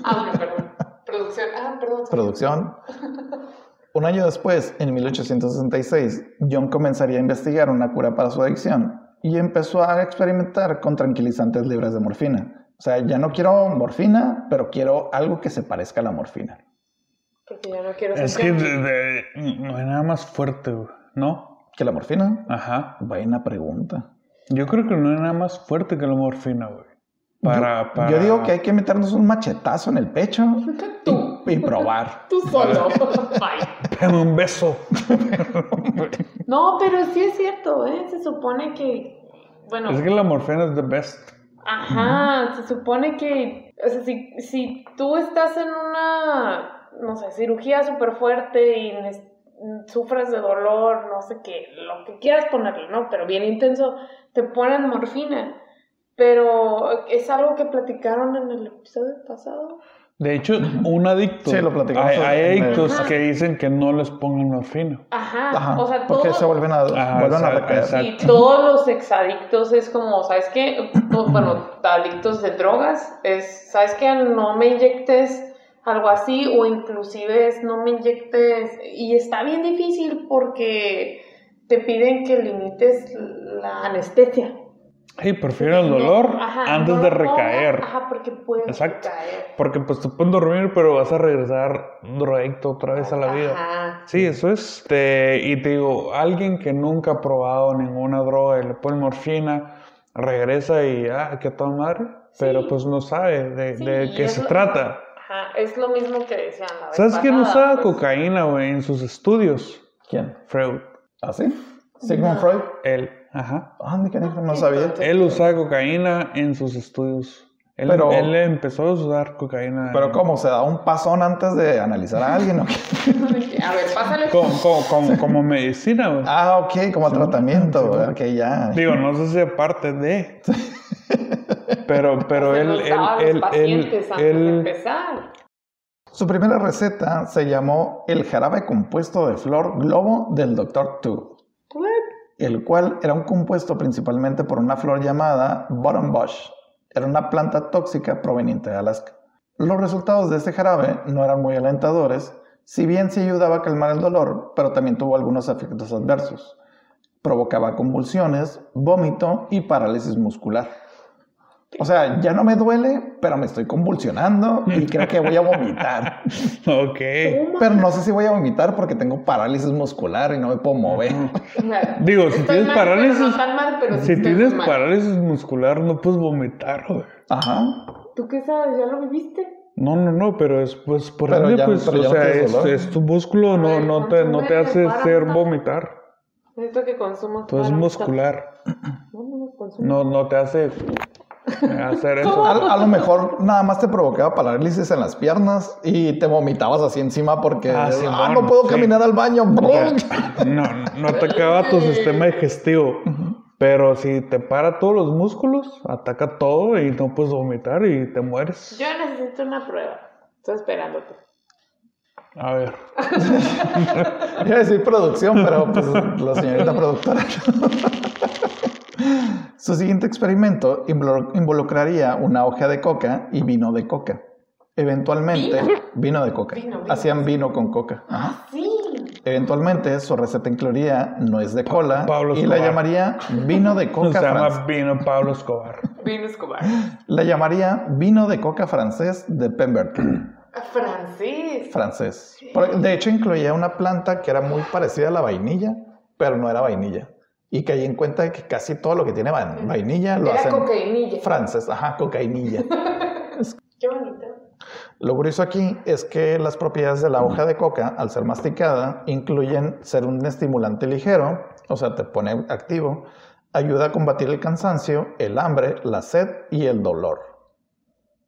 Speaker 3: Ah, no, perdón. Producción. Ah, perdón.
Speaker 1: producción. Un año después, en 1866, John comenzaría a investigar una cura para su adicción y empezó a experimentar con tranquilizantes libres de morfina, O sea, ya no quiero morfina, pero quiero algo que se parezca a la morfina.
Speaker 3: Porque ya no quiero
Speaker 2: Es que
Speaker 3: sentir-
Speaker 2: de- de- no hay nada más fuerte, güey, ¿no?
Speaker 1: ¿Que la morfina?
Speaker 2: Ajá.
Speaker 1: Buena pregunta.
Speaker 2: Yo creo que no hay nada más fuerte que la morfina, güey. Para,
Speaker 1: yo,
Speaker 2: para...
Speaker 1: yo digo que hay que meternos un machetazo en el pecho
Speaker 3: Tú,
Speaker 1: y probar.
Speaker 3: tú solo. Bye.
Speaker 2: Dame un beso.
Speaker 3: No, pero sí es cierto, ¿eh? Se supone que. Bueno,
Speaker 2: Es que la morfina es the best.
Speaker 3: ajá, se supone que. O sea, si, si tú estás en una, no sé, cirugía súper fuerte y nes- sufres de dolor, no sé qué, lo que quieras ponerle, ¿no? Pero bien intenso, te ponen morfina. Pero es algo que platicaron en el episodio pasado.
Speaker 2: De hecho, un adicto.
Speaker 1: Sí, lo platicamos
Speaker 2: Hay, hay
Speaker 1: en el-
Speaker 2: adictos
Speaker 3: Ajá.
Speaker 2: que dicen que no les pongan morfina.
Speaker 3: Ajá,
Speaker 1: Ajá,
Speaker 3: Ah, o sea, todo...
Speaker 1: porque se vuelven a,
Speaker 2: Ajá,
Speaker 1: vuelven a
Speaker 2: exacto,
Speaker 1: recaer.
Speaker 2: exacto.
Speaker 3: Y todos los exadictos es como, ¿sabes qué? O, Bueno, adictos de drogas, es, ¿sabes qué? No me inyectes algo así o inclusive es no me inyectes y está bien difícil porque te piden que limites la anestesia.
Speaker 2: Hey, prefiero el
Speaker 3: No,
Speaker 2: dolor
Speaker 3: ajá,
Speaker 2: antes
Speaker 3: no
Speaker 2: de
Speaker 3: lo tomas,
Speaker 2: recaer.
Speaker 3: Ajá, porque puedes
Speaker 2: Exacto.
Speaker 3: recaer.
Speaker 2: Porque pues te pueden dormir, pero vas a regresar drogadicto otra vez a la vida.
Speaker 3: Ajá.
Speaker 2: Sí, eso es. Te- y te digo, alguien que nunca ha probado ninguna droga y le pone morfina, regresa y, ah, que toda madre. Pero
Speaker 3: Sí.
Speaker 2: pues no sabe de,
Speaker 3: Sí,
Speaker 2: de
Speaker 3: y
Speaker 2: qué
Speaker 3: es
Speaker 2: se
Speaker 3: lo-
Speaker 2: trata.
Speaker 3: Ajá, es lo mismo que decían la vez
Speaker 2: ¿Sabes quién
Speaker 3: pasada,
Speaker 2: usaba
Speaker 3: pues.
Speaker 2: cocaína, güey, en sus estudios?
Speaker 1: ¿Quién?
Speaker 2: Freud.
Speaker 1: ¿Así? ¿Sigmund
Speaker 3: No.
Speaker 1: Freud?
Speaker 2: Él. Ajá.
Speaker 1: Ah, de qué dijo? no sabía.
Speaker 2: Él usaba cocaína en sus estudios. Él,
Speaker 1: Pero-
Speaker 2: él empezó a usar cocaína.
Speaker 1: Pero ¿cómo? ¿Se da un pasón antes de analizar a alguien o qué?
Speaker 3: [LAUGHS] A ver, pásale.
Speaker 2: Como, como- como- como medicina, güey.
Speaker 1: Ah, ok, como tratamiento. ok, ya.
Speaker 2: Digo, no sé si aparte de.
Speaker 3: [LAUGHS]
Speaker 2: Pero, pero
Speaker 3: Se
Speaker 2: él,
Speaker 3: los
Speaker 2: él,
Speaker 3: daba a los
Speaker 2: él, él,
Speaker 3: pacientes antes de
Speaker 2: él-
Speaker 3: empezar.
Speaker 1: Su primera receta se llamó el jarabe compuesto de flor globo del Dr. Tu,
Speaker 3: What?
Speaker 1: el cual era un compuesto principalmente por una flor llamada bottom bush. Era una planta tóxica proveniente de Alaska. Los resultados de este jarabe no eran muy alentadores, si bien sí ayudaba a calmar el dolor, pero también tuvo algunos efectos adversos. Provocaba convulsiones, vómito y parálisis muscular. O sea, ya no me duele, pero me estoy convulsionando y creo que voy a vomitar.
Speaker 2: Ok.
Speaker 3: Oh my- [LAUGHS]
Speaker 1: Pero no sé si voy a vomitar porque tengo parálisis muscular y no me puedo mover.
Speaker 3: Claro.
Speaker 2: Digo, si
Speaker 3: Estoy
Speaker 2: tienes
Speaker 3: mal,
Speaker 2: parálisis.
Speaker 3: pero no tan mal, pero sí
Speaker 2: si
Speaker 3: estoy
Speaker 2: tienes
Speaker 3: mal.
Speaker 2: parálisis muscular, no puedes vomitar, güey.
Speaker 1: Ajá.
Speaker 3: ¿Tú qué sabes? ¿Ya lo viviste?
Speaker 2: No, no, no, pero es pues por
Speaker 1: Pero
Speaker 2: ende,
Speaker 1: ya-
Speaker 2: pues,
Speaker 1: pero
Speaker 2: o
Speaker 1: ya no
Speaker 2: sea,
Speaker 1: tienes
Speaker 2: es,
Speaker 1: dolor.
Speaker 2: es tu músculo, no,
Speaker 3: Ay,
Speaker 2: no te, no te
Speaker 3: consúmelo,
Speaker 2: hace
Speaker 3: para,
Speaker 2: hacer
Speaker 3: para.
Speaker 2: vomitar.
Speaker 3: Necesito que consumas.
Speaker 2: Todo es
Speaker 3: para-
Speaker 2: muscular.
Speaker 3: No, no, no, consumo.
Speaker 2: No, no te hace hacer
Speaker 1: A,
Speaker 2: eso.
Speaker 1: a lo mejor nada más te provocaba parálisis en las piernas y te vomitabas así encima porque
Speaker 2: Ah,
Speaker 1: ah,
Speaker 2: Simón,
Speaker 1: no puedo
Speaker 2: sí.
Speaker 1: caminar al baño.
Speaker 2: No, no atacaba tu sistema digestivo. Pero si te para todos los músculos, ataca todo y no puedes vomitar y te mueres.
Speaker 3: Yo necesito una prueba. Estoy esperándote.
Speaker 2: A ver.
Speaker 1: [LAUGHS] Iba a decir producción, pero pues la señorita productora. [LAUGHS] Su siguiente experimento invlo- involucraría una hoja de coca y vino de coca. Eventualmente, [LAUGHS] vino de coca.
Speaker 3: Vino, vino.
Speaker 1: Hacían vino con coca. Ajá.
Speaker 3: Sí.
Speaker 1: Eventualmente su receta incluiría nuez de cola
Speaker 2: Pablo
Speaker 1: y la
Speaker 2: Escobar.
Speaker 1: llamaría vino de
Speaker 2: [LAUGHS] Se
Speaker 1: coca francés.
Speaker 2: llama Vino Pablo Escobar. [GASPS]
Speaker 3: Vino Escobar.
Speaker 1: La llamaría vino de coca francés de Pemberton,
Speaker 3: A Francés.
Speaker 1: francés. Por- De hecho incluía una planta que era muy parecida a la vainilla, pero no era vainilla. Y caí en cuenta de que casi todo lo que tiene va- vainilla lo
Speaker 3: Era
Speaker 1: hacen
Speaker 3: cocainilla.
Speaker 1: francés, ajá, cocainilla.
Speaker 3: Qué bonito.
Speaker 1: Lo curioso aquí es que las propiedades de la hoja de coca, al ser masticada, incluyen ser un estimulante ligero, o sea, te pone activo, ayuda a combatir el cansancio, el hambre, la sed y el dolor.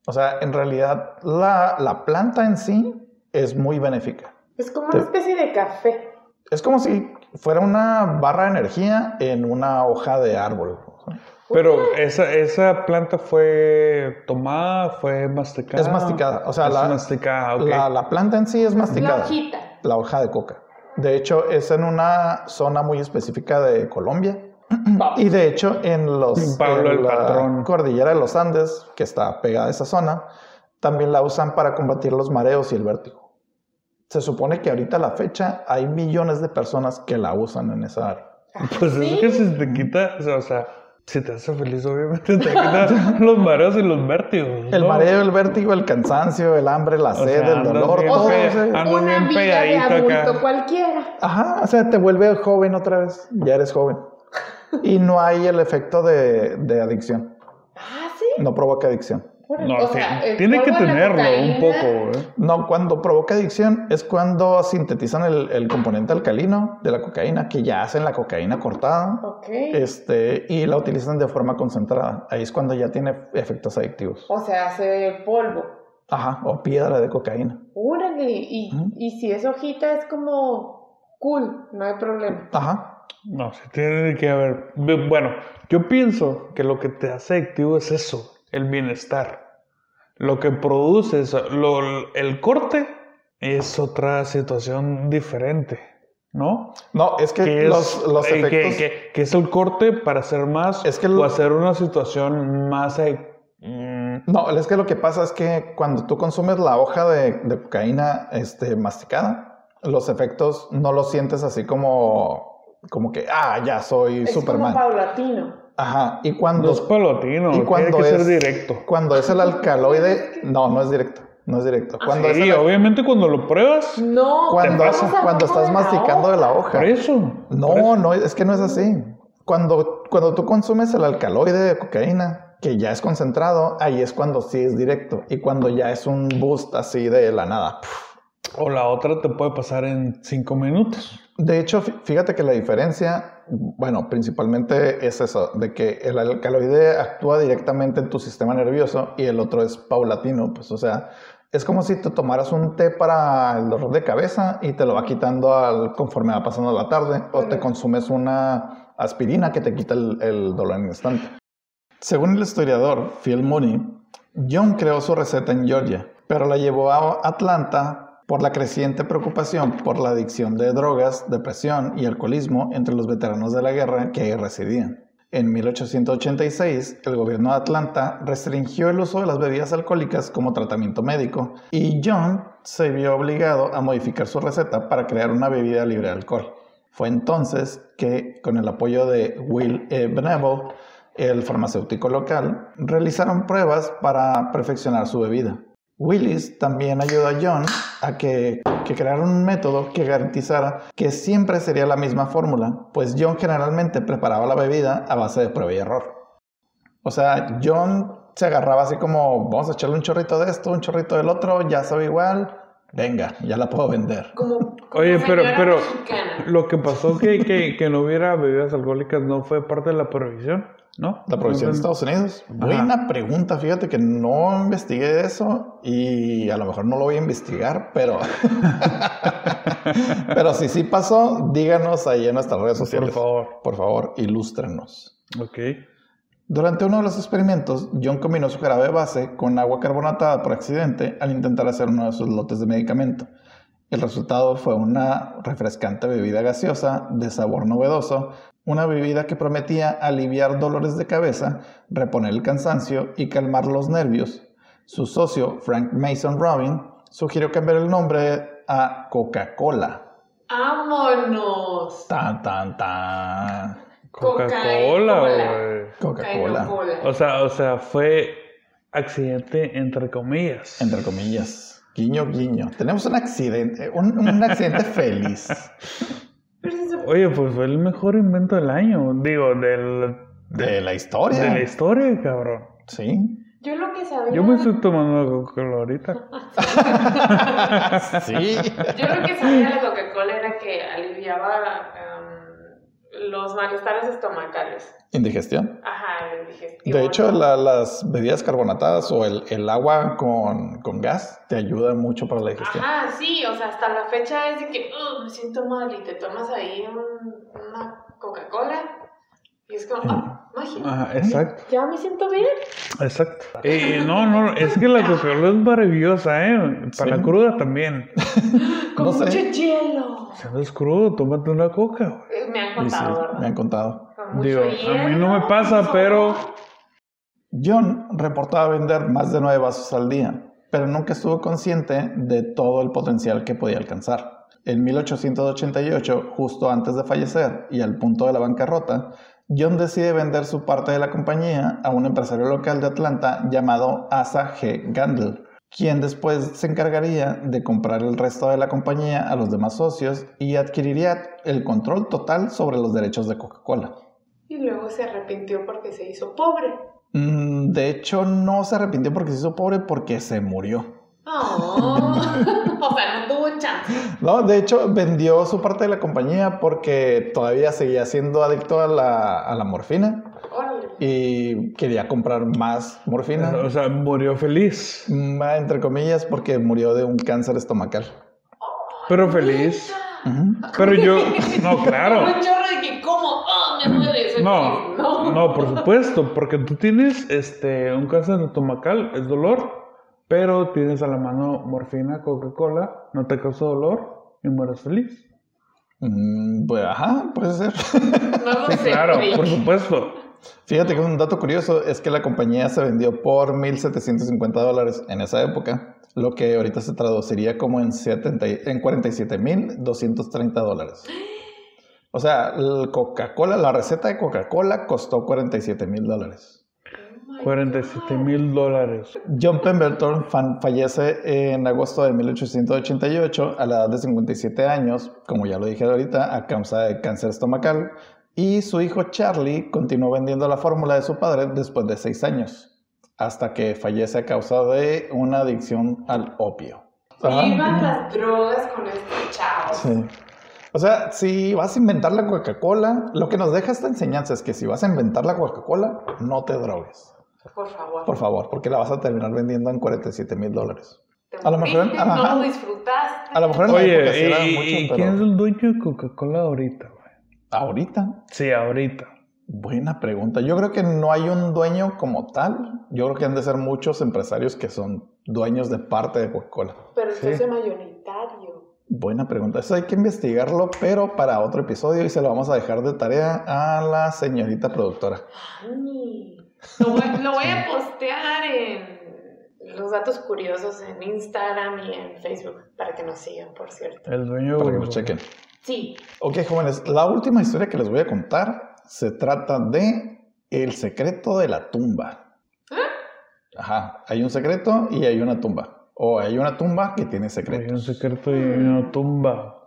Speaker 1: O sea, en realidad la, la planta en sí es muy benéfica.
Speaker 3: Es como una especie de café.
Speaker 1: Es como si fuera una barra de energía en una hoja de árbol.
Speaker 2: Pero esa, esa planta fue tomada, fue masticada.
Speaker 1: Es masticada, o sea,
Speaker 2: Es
Speaker 1: la-
Speaker 2: masticada, Ah, ok.
Speaker 1: La, la planta en sí es masticada.
Speaker 3: La hojita.
Speaker 1: La hoja de coca. De hecho, es en una zona muy específica de Colombia. Y de hecho, en los
Speaker 2: Pablo
Speaker 1: en
Speaker 2: el
Speaker 1: la
Speaker 2: patrón.
Speaker 1: cordillera de los Andes, que está pegada a esa zona, también la usan para combatir los mareos y el vértigo. Se supone que ahorita a la fecha hay millones de personas que la usan en esa área.
Speaker 2: Pues es que
Speaker 3: Sí.
Speaker 2: si te quita, o sea, Si te hace feliz, obviamente te quita
Speaker 1: [LAUGHS]
Speaker 2: los mareos y los vértigos.
Speaker 1: El
Speaker 2: ¿no?
Speaker 1: mareo, el vértigo, el cansancio, el hambre, la
Speaker 2: O
Speaker 1: sed,
Speaker 2: sea,
Speaker 1: el
Speaker 2: andas
Speaker 1: dolor,
Speaker 2: bien
Speaker 1: todo.
Speaker 2: pe-
Speaker 1: ese-
Speaker 2: andas
Speaker 3: Una
Speaker 2: bien
Speaker 3: vida de
Speaker 2: pegadito acá.
Speaker 3: adulto cualquiera.
Speaker 1: Ajá, o sea, te vuelve joven otra vez. Ya eres joven. Y no hay el efecto de, de adicción.
Speaker 3: Ah, sí.
Speaker 1: No provoca adicción.
Speaker 3: Por-
Speaker 2: No,
Speaker 3: o
Speaker 2: ti-
Speaker 3: sea, el
Speaker 2: tiene que
Speaker 3: polvo de la
Speaker 2: tenerlo un
Speaker 3: cocaína-
Speaker 2: poco, ¿eh? güey.
Speaker 1: No, cuando provoca adicción es cuando sintetizan el, el componente alcalino de la cocaína, que ya hacen la cocaína cortada.
Speaker 3: Ok.
Speaker 1: Este, y la utilizan de forma concentrada. Ahí es cuando ya tiene efectos adictivos.
Speaker 3: O sea, hace polvo.
Speaker 1: Ajá, o piedra de cocaína.
Speaker 3: Órale. Y,
Speaker 1: Ujú.
Speaker 3: y si es hojita, es como cool, no hay problema.
Speaker 1: Ajá.
Speaker 2: No, sí tiene que haber. Bu- Bueno, yo pienso que lo que te hace adictivo es eso, el bienestar. Lo que produces, lo- el corte es otra situación diferente, ¿no?
Speaker 1: No, es que,
Speaker 2: Que es,
Speaker 1: los, los
Speaker 2: eh, que-
Speaker 1: efectos...
Speaker 2: que- que es el corte para hacer más
Speaker 1: Es que
Speaker 2: o
Speaker 1: lo-
Speaker 2: hacer una situación más... eh, mm,
Speaker 1: No, es que lo que pasa es que cuando tú consumes la hoja de, de cocaína este, masticada, los efectos no los sientes así como, como que, ah, ya soy
Speaker 3: es
Speaker 1: Superman.
Speaker 3: como paulatino.
Speaker 1: Ajá, y
Speaker 2: No es
Speaker 1: cuando,
Speaker 2: palotino,
Speaker 1: y
Speaker 2: tiene
Speaker 1: cuando
Speaker 2: que ser
Speaker 1: es-
Speaker 2: directo.
Speaker 1: cuando es el alcaloide, no, no es directo, no es directo. Cuando, es
Speaker 2: Ah, Sí,
Speaker 1: el-
Speaker 2: obviamente cuando lo pruebas,
Speaker 3: No,
Speaker 1: cuando,
Speaker 3: vamos
Speaker 1: es-
Speaker 3: a
Speaker 1: cuando
Speaker 3: poco
Speaker 1: estás
Speaker 3: de la
Speaker 1: masticando de la hoja.
Speaker 2: por eso. por eso.
Speaker 1: No, no, es que no es así. Cuando, cuando tú consumes el alcaloide de cocaína, que ya es concentrado, ahí es cuando sí es directo y cuando ya es un boost así de la nada.
Speaker 2: O la otra te puede pasar en cinco minutos.
Speaker 1: De hecho, fí- fíjate que la diferencia, bueno, principalmente es eso, de que el alcaloide actúa directamente en tu sistema nervioso y el otro es paulatino, pues o sea, es como si te tomaras un té para el dolor de cabeza y te lo va quitando al, conforme va pasando la tarde, o te
Speaker 3: Ujú.
Speaker 1: consumes una aspirina que te quita el, el dolor en el instante. Según el historiador Phil Mooney, John creó su receta en Georgia, pero la llevó a Atlanta por la creciente preocupación por la adicción de drogas, depresión y alcoholismo entre los veteranos de la guerra que ahí residían. En 1886, el gobierno de Atlanta restringió el uso de las bebidas alcohólicas como tratamiento médico y John se vio obligado a modificar su receta para crear una bebida libre de alcohol. Fue entonces que, con el apoyo de Will E. Benevol, el farmacéutico local, realizaron pruebas para perfeccionar su bebida. Willis también ayudó a John a que, que creara un método que garantizara que siempre sería la misma fórmula, pues John generalmente preparaba la bebida a base de prueba y error. O sea, John se agarraba así como, vamos a echarle un chorrito de esto, un chorrito del otro, ya sabe igual, venga, ya la puedo vender.
Speaker 3: Como, como
Speaker 2: Oye, pero-
Speaker 3: señora
Speaker 2: pero-
Speaker 3: mexicana.
Speaker 2: Lo que pasó que, que, que no hubiera bebidas alcohólicas no fue parte de la prohibición, ¿no?
Speaker 1: La provisión de Estados
Speaker 2: Entonces,
Speaker 1: Unidos. Buena pregunta, fíjate que no investigué eso y a lo mejor no lo voy a investigar, pero. [LAUGHS] pero si sí pasó, díganos ahí en nuestras redes sociales.
Speaker 2: Por favor.
Speaker 1: Por favor, ilústrenos.
Speaker 2: Ok.
Speaker 1: Durante uno de los experimentos, John combinó su jarabe base con agua carbonatada por accidente al intentar hacer uno de sus lotes de medicamento. El resultado fue una refrescante bebida gaseosa de sabor novedoso, una bebida que prometía aliviar dolores de cabeza, reponer el cansancio y calmar los nervios. Su socio, Frank Mason Robin, sugirió cambiar el nombre a Coca-Cola.
Speaker 3: Vámonos.
Speaker 1: Tan, tan, tan.
Speaker 2: Coca-Cola,
Speaker 3: Coca-Cola.
Speaker 2: güey.
Speaker 1: Coca-Cola.
Speaker 2: O sea, o sea, fue accidente entre comillas.
Speaker 1: Entre comillas. Guiño, guiño. Tenemos un accidente, un, un
Speaker 3: [LAUGHS]
Speaker 1: accidente feliz.
Speaker 3: Pero si se-
Speaker 2: Oye, pues fue el mejor invento del año. Digo, del,
Speaker 1: De la
Speaker 2: de la
Speaker 1: historia.
Speaker 2: historia, cabrón.
Speaker 1: Sí.
Speaker 3: Yo lo que sabía.
Speaker 2: Yo me estoy tomando Coca-Cola ahorita.
Speaker 1: Ah,
Speaker 3: [LAUGHS]
Speaker 1: Sí.
Speaker 3: Yo lo que sabía de la Coca-Cola era que aliviaba em, los malestares estomacales.
Speaker 1: Indigestión.
Speaker 3: Ajá, el digestivo.
Speaker 1: De hecho, la- las bebidas carbonatadas o el, el agua con, con gas te ayuda mucho para la
Speaker 2: Este.
Speaker 1: digestión.
Speaker 3: Ajá, sí, o sea, hasta la fecha es de que "Ugh, me siento mal y te tomas ahí un- una Coca-Cola y es como, ah, magia.
Speaker 2: Ajá, exacto.
Speaker 3: Ya me siento bien.
Speaker 2: Exacto. Eh, no, no, es que la Coca-Cola es maravillosa, ¿eh? Para
Speaker 1: Sí.
Speaker 2: la cruda también.
Speaker 3: Con
Speaker 1: No sé.
Speaker 3: mucho hielo.
Speaker 2: Si andas crudo, tómate una coca.
Speaker 3: Eh, Me han
Speaker 1: Y sí,
Speaker 3: contado,
Speaker 1: me
Speaker 3: ¿verdad?
Speaker 1: han contado.
Speaker 3: Con mucho
Speaker 2: Digo, a
Speaker 3: hielo,
Speaker 2: mí no me pasa,
Speaker 3: con-
Speaker 2: pero-
Speaker 1: John reportaba vender más de nueve vasos al día, pero nunca estuvo consciente de todo el potencial que podía alcanzar. En 1888, justo antes de fallecer y al punto de la bancarrota, John decide vender su parte de la compañía a un empresario local de Atlanta llamado Asa G. Gandel, quien después se encargaría de comprar el resto de la compañía a los demás socios y adquiriría el control total sobre los derechos de Coca-Cola.
Speaker 3: Y luego se arrepintió porque se hizo pobre.
Speaker 1: Mm, De hecho, no se arrepintió porque se hizo pobre porque se murió.
Speaker 3: Oh. [LAUGHS] o sea, no tuvo chance.
Speaker 1: No, de hecho, vendió su parte de la compañía porque todavía seguía siendo adicto a la, a la morfina
Speaker 3: Órale.
Speaker 1: y quería comprar más morfina.
Speaker 2: O sea, murió feliz.
Speaker 1: Mm, Entre comillas, porque murió de un cáncer estomacal.
Speaker 2: Pero
Speaker 3: [LAUGHS]
Speaker 2: feliz.
Speaker 1: Ujú.
Speaker 2: Pero yo. No, claro.
Speaker 3: Un chorro de que como, oh, me duele. soy
Speaker 2: No,
Speaker 3: feliz. no.
Speaker 2: no, por supuesto, porque tú tienes este un cáncer estomacal, es dolor, pero tienes a la mano morfina, Coca-Cola, no te causa dolor y mueres feliz.
Speaker 1: Mm, Pues, ajá, puede ser. [LAUGHS]
Speaker 3: No lo
Speaker 2: Sí, [LAUGHS]
Speaker 3: sé.
Speaker 2: claro,
Speaker 3: güey.
Speaker 2: por supuesto.
Speaker 1: Fíjate que un dato curioso es que la compañía se vendió por 1.750 dólares en esa época, lo que ahorita se traduciría como en, 70 y- en 47.230 dólares. O sea, el Coca-Cola, la receta de Coca-Cola costó 47.000 dólares.
Speaker 3: Oh my
Speaker 2: 47
Speaker 3: God.
Speaker 2: mil dólares.
Speaker 1: John Pemberton fan- fallece en agosto de 1888 a la edad de 57 años, como ya lo dije ahorita, a causa de cáncer estomacal, y su hijo Charlie continuó vendiendo la fórmula de su padre después de 6 años, hasta que fallece a causa de una adicción al opio.
Speaker 3: Vivan
Speaker 1: Ajá.
Speaker 3: las drogas con este chavo.
Speaker 1: Sí. O sea, si vas a inventar la Coca-Cola, lo que nos deja esta enseñanza es que si vas a inventar la Coca-Cola, no te drogues,
Speaker 3: Por favor.
Speaker 1: por favor, porque la vas a terminar vendiendo en 47 mil dólares.
Speaker 3: Te
Speaker 1: a lo mejor-
Speaker 3: moriste,
Speaker 1: ajá.
Speaker 3: No lo disfrutaste.
Speaker 1: A lo mejor en la época sí
Speaker 2: Oye,
Speaker 1: era
Speaker 2: ¿y,
Speaker 1: mucho,
Speaker 2: y
Speaker 1: pero
Speaker 2: quién es el dueño de Coca-Cola ahorita? güey?
Speaker 1: ahorita,
Speaker 2: Sí, ahorita.
Speaker 1: buena pregunta. Yo creo que no hay un dueño como tal. Yo creo que han de ser muchos empresarios que son dueños de parte de Coca-Cola.
Speaker 3: Pero usted
Speaker 2: Sí.
Speaker 3: es mayoritario.
Speaker 1: Buena pregunta. Eso hay que investigarlo, pero para otro episodio y se lo vamos a dejar de tarea a la señorita productora.
Speaker 3: Ay, Lo voy, lo voy a postear en los datos curiosos en Instagram y en Facebook para que nos sigan, por cierto.
Speaker 2: El dueño
Speaker 1: Para que lo chequen.
Speaker 3: Sí,
Speaker 1: Ok, jóvenes, la última historia que les voy a contar se trata de El secreto de la tumba. Ajá, hay un secreto y hay una tumba. O hay una tumba que tiene secreto.
Speaker 2: Hay un secreto y una tumba.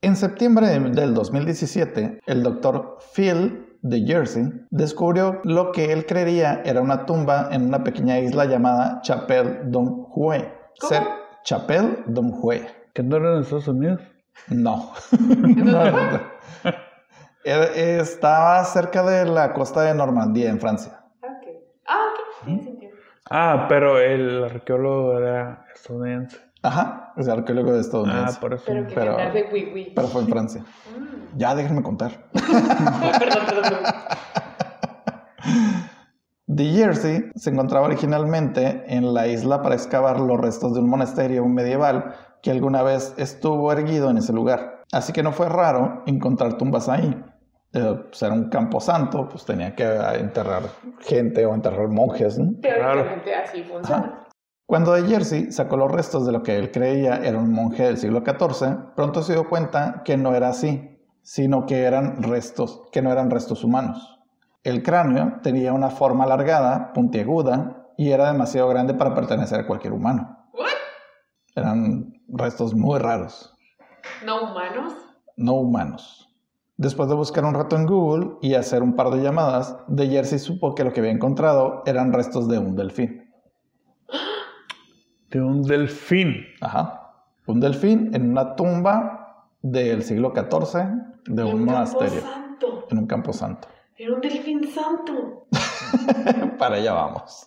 Speaker 1: En septiembre de- del 2017, el doctor Phil de Jersey descubrió lo que él creería era una tumba en una pequeña isla llamada Chapel Domhue.
Speaker 3: ¿Cómo?
Speaker 1: Chapel Domhue.
Speaker 2: ¿Qué no era en Estados Unidos? [LAUGHS]
Speaker 1: No. No, no, no. Era- Estaba cerca de la costa de Normandía, en Francia.
Speaker 3: ok. Ah, ok, tiene sentido.
Speaker 2: Ah, pero el arqueólogo era estadounidense.
Speaker 1: Ajá, es arqueólogo
Speaker 2: Ah,
Speaker 1: estadounidense.
Speaker 2: por eso.
Speaker 3: Pero que
Speaker 1: Pero-
Speaker 3: ganar de Wii Wii. Mm.
Speaker 1: Pero fue en Francia. Ya déjenme
Speaker 3: [LAUGHS]
Speaker 1: contar.
Speaker 3: Perdón, perdón, perdón.
Speaker 1: The Jersey se encontraba originalmente en la isla para excavar los restos de un monasterio medieval que alguna vez estuvo erguido en ese lugar. Así que no fue raro encontrar tumbas ahí. Eh, pues era un campo santo, pues tenía que enterrar gente o enterrar monjes. ¿no?
Speaker 3: Teóricamente así funciona.
Speaker 1: Cuando de Jersey sacó los restos de lo que él creía era un monje del siglo XIV, pronto se dio cuenta que no era así, sino que eran restos, que no eran restos humanos. El cráneo tenía una forma alargada, puntiaguda, y era demasiado grande para pertenecer a cualquier humano.
Speaker 3: ¿What?
Speaker 1: Eran restos muy raros,
Speaker 3: No humanos.
Speaker 1: no humanos. Después de buscar un rato en Google y hacer un par de llamadas, de Jersey supo que lo que había encontrado eran restos de un delfín.
Speaker 2: De un delfín.
Speaker 1: Ajá. Un delfín en una tumba del siglo XIV de
Speaker 3: Era
Speaker 1: un monasterio,
Speaker 3: campo santo.
Speaker 1: en un campo santo. [LAUGHS]
Speaker 3: Era un delfín santo.
Speaker 1: Para allá vamos.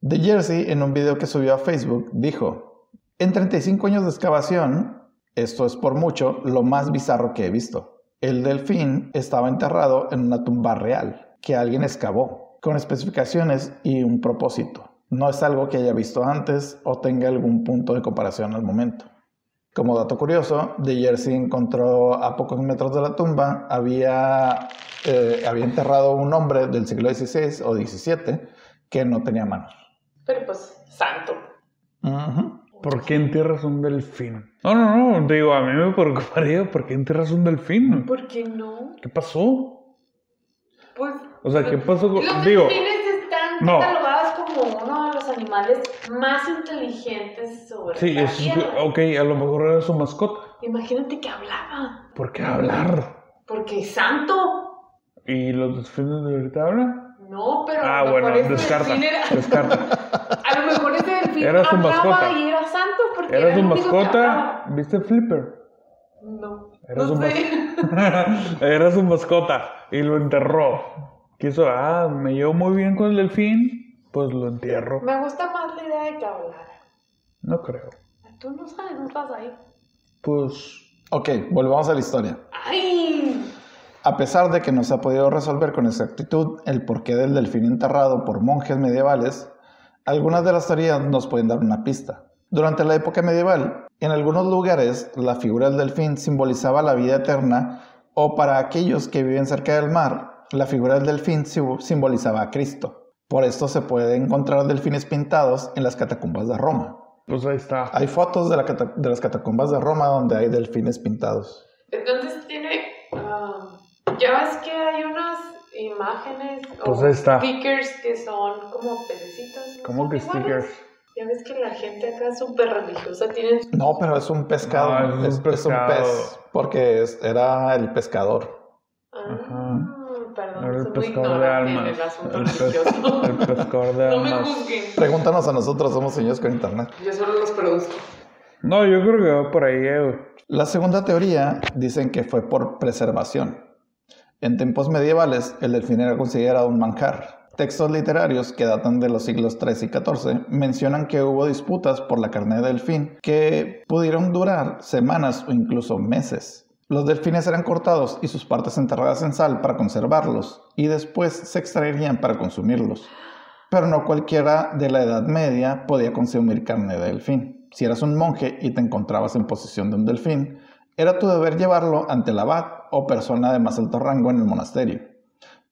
Speaker 1: De Jersey, en un video que subió a Facebook, dijo, en 35 años de excavación, esto es por mucho lo más bizarro que he visto. El delfín estaba enterrado en una tumba real que alguien excavó, con especificaciones y un propósito. No es algo que haya visto antes o tenga algún punto de comparación al momento. Como dato curioso, De Jersey encontró a pocos metros de la tumba, había, eh, había enterrado un hombre del siglo XVI o XVII que no tenía manos.
Speaker 3: Pero pues, santo.
Speaker 1: Ujú.
Speaker 2: ¿Por qué entierras un delfín? No, no, no. Digo, a mí me preocuparía. ¿Por qué entierras un delfín?
Speaker 3: ¿Por qué no?
Speaker 2: ¿Qué pasó?
Speaker 3: Pues,
Speaker 2: O sea, ¿qué pasó con.?
Speaker 3: Los
Speaker 2: Digo,
Speaker 3: delfines están
Speaker 2: no.
Speaker 3: catalogados como uno de los animales más inteligentes sobre
Speaker 2: sí,
Speaker 3: la
Speaker 2: es, oh.
Speaker 3: Tierra.
Speaker 2: ok, a lo mejor era su mascota.
Speaker 3: Imagínate que hablaba,
Speaker 2: ¿Por qué hablar?
Speaker 3: porque es santo.
Speaker 2: ¿Y los delfines de ahorita hablan?
Speaker 3: No, pero a
Speaker 2: Ah,
Speaker 3: lo
Speaker 2: bueno,
Speaker 3: mejor ese
Speaker 2: descarta.
Speaker 3: delfín era- [LAUGHS]
Speaker 2: Descarta.
Speaker 3: a lo mejor ese delfín
Speaker 2: Era su
Speaker 3: hablaba
Speaker 2: mascota.
Speaker 3: y era santo porque
Speaker 2: Era su
Speaker 3: el único que
Speaker 2: mascota.
Speaker 3: hablaba.
Speaker 2: ¿Viste Flipper?
Speaker 3: No,
Speaker 2: Era
Speaker 3: no
Speaker 2: su
Speaker 3: sé.
Speaker 2: Era su mascota y lo enterró. Quiso, ah, me llevo muy bien con el delfín, pues lo entierro.
Speaker 3: [LAUGHS] Me gusta más la idea de que hablara.
Speaker 2: No creo.
Speaker 3: Tú no sabes, no estás ahí.
Speaker 2: Pues
Speaker 1: Ok, volvamos a la historia.
Speaker 3: ¡Ay!
Speaker 1: A pesar de que no se ha podido resolver con exactitud el porqué del delfín enterrado por monjes medievales, algunas de las teorías nos pueden dar una pista. Durante la época medieval, en algunos lugares, la figura del delfín simbolizaba la vida eterna o para aquellos que viven cerca del mar, la figura del delfín sim- simbolizaba a Cristo. Por esto se puede encontrar delfines pintados en las catacumbas de Roma.
Speaker 2: Pues ahí está.
Speaker 1: Hay fotos de, la cata- de las catacumbas de Roma donde hay delfines pintados.
Speaker 3: Entonces tiene. ah, ya ves que hay unas imágenes
Speaker 2: Pues
Speaker 3: o
Speaker 2: ahí está.
Speaker 3: stickers que son como pececitos. ¿no?
Speaker 2: ¿Cómo
Speaker 3: Son
Speaker 2: que
Speaker 3: iguales.
Speaker 2: stickers?
Speaker 3: Ya ves que la gente acá es súper religiosa tiene.
Speaker 1: No, pero es un pescado.
Speaker 2: No,
Speaker 1: es,
Speaker 2: Ah, es un
Speaker 1: es un
Speaker 2: pescado.
Speaker 1: pez. Porque es- era el pescador.
Speaker 3: Ah, perdón,
Speaker 2: Era
Speaker 3: soy
Speaker 2: el
Speaker 3: muy
Speaker 2: pescador de
Speaker 3: ignorante en
Speaker 2: almas.
Speaker 3: el asunto
Speaker 2: El, pes-
Speaker 3: religioso.
Speaker 2: el pescador de
Speaker 3: [LAUGHS] no me
Speaker 2: almas.
Speaker 3: juzguen,
Speaker 1: Pregúntanos a nosotros, somos señores con internet.
Speaker 3: yo solo los produzco.
Speaker 2: No, yo creo que va por ahí, eh, güey.
Speaker 1: La segunda teoría dicen que fue por preservación. En tiempos medievales, el delfín era considerado un manjar. Textos literarios que datan de los siglos XIII y XIV mencionan que hubo disputas por la carne de delfín que pudieron durar semanas o incluso meses. Los delfines eran cortados y sus partes enterradas en sal para conservarlos y después se extraerían para consumirlos. Pero no cualquiera de la Edad Media podía consumir carne de delfín. Si eras un monje y te encontrabas en posesión de un delfín, era tu deber llevarlo ante el abad o persona de más alto rango en el monasterio.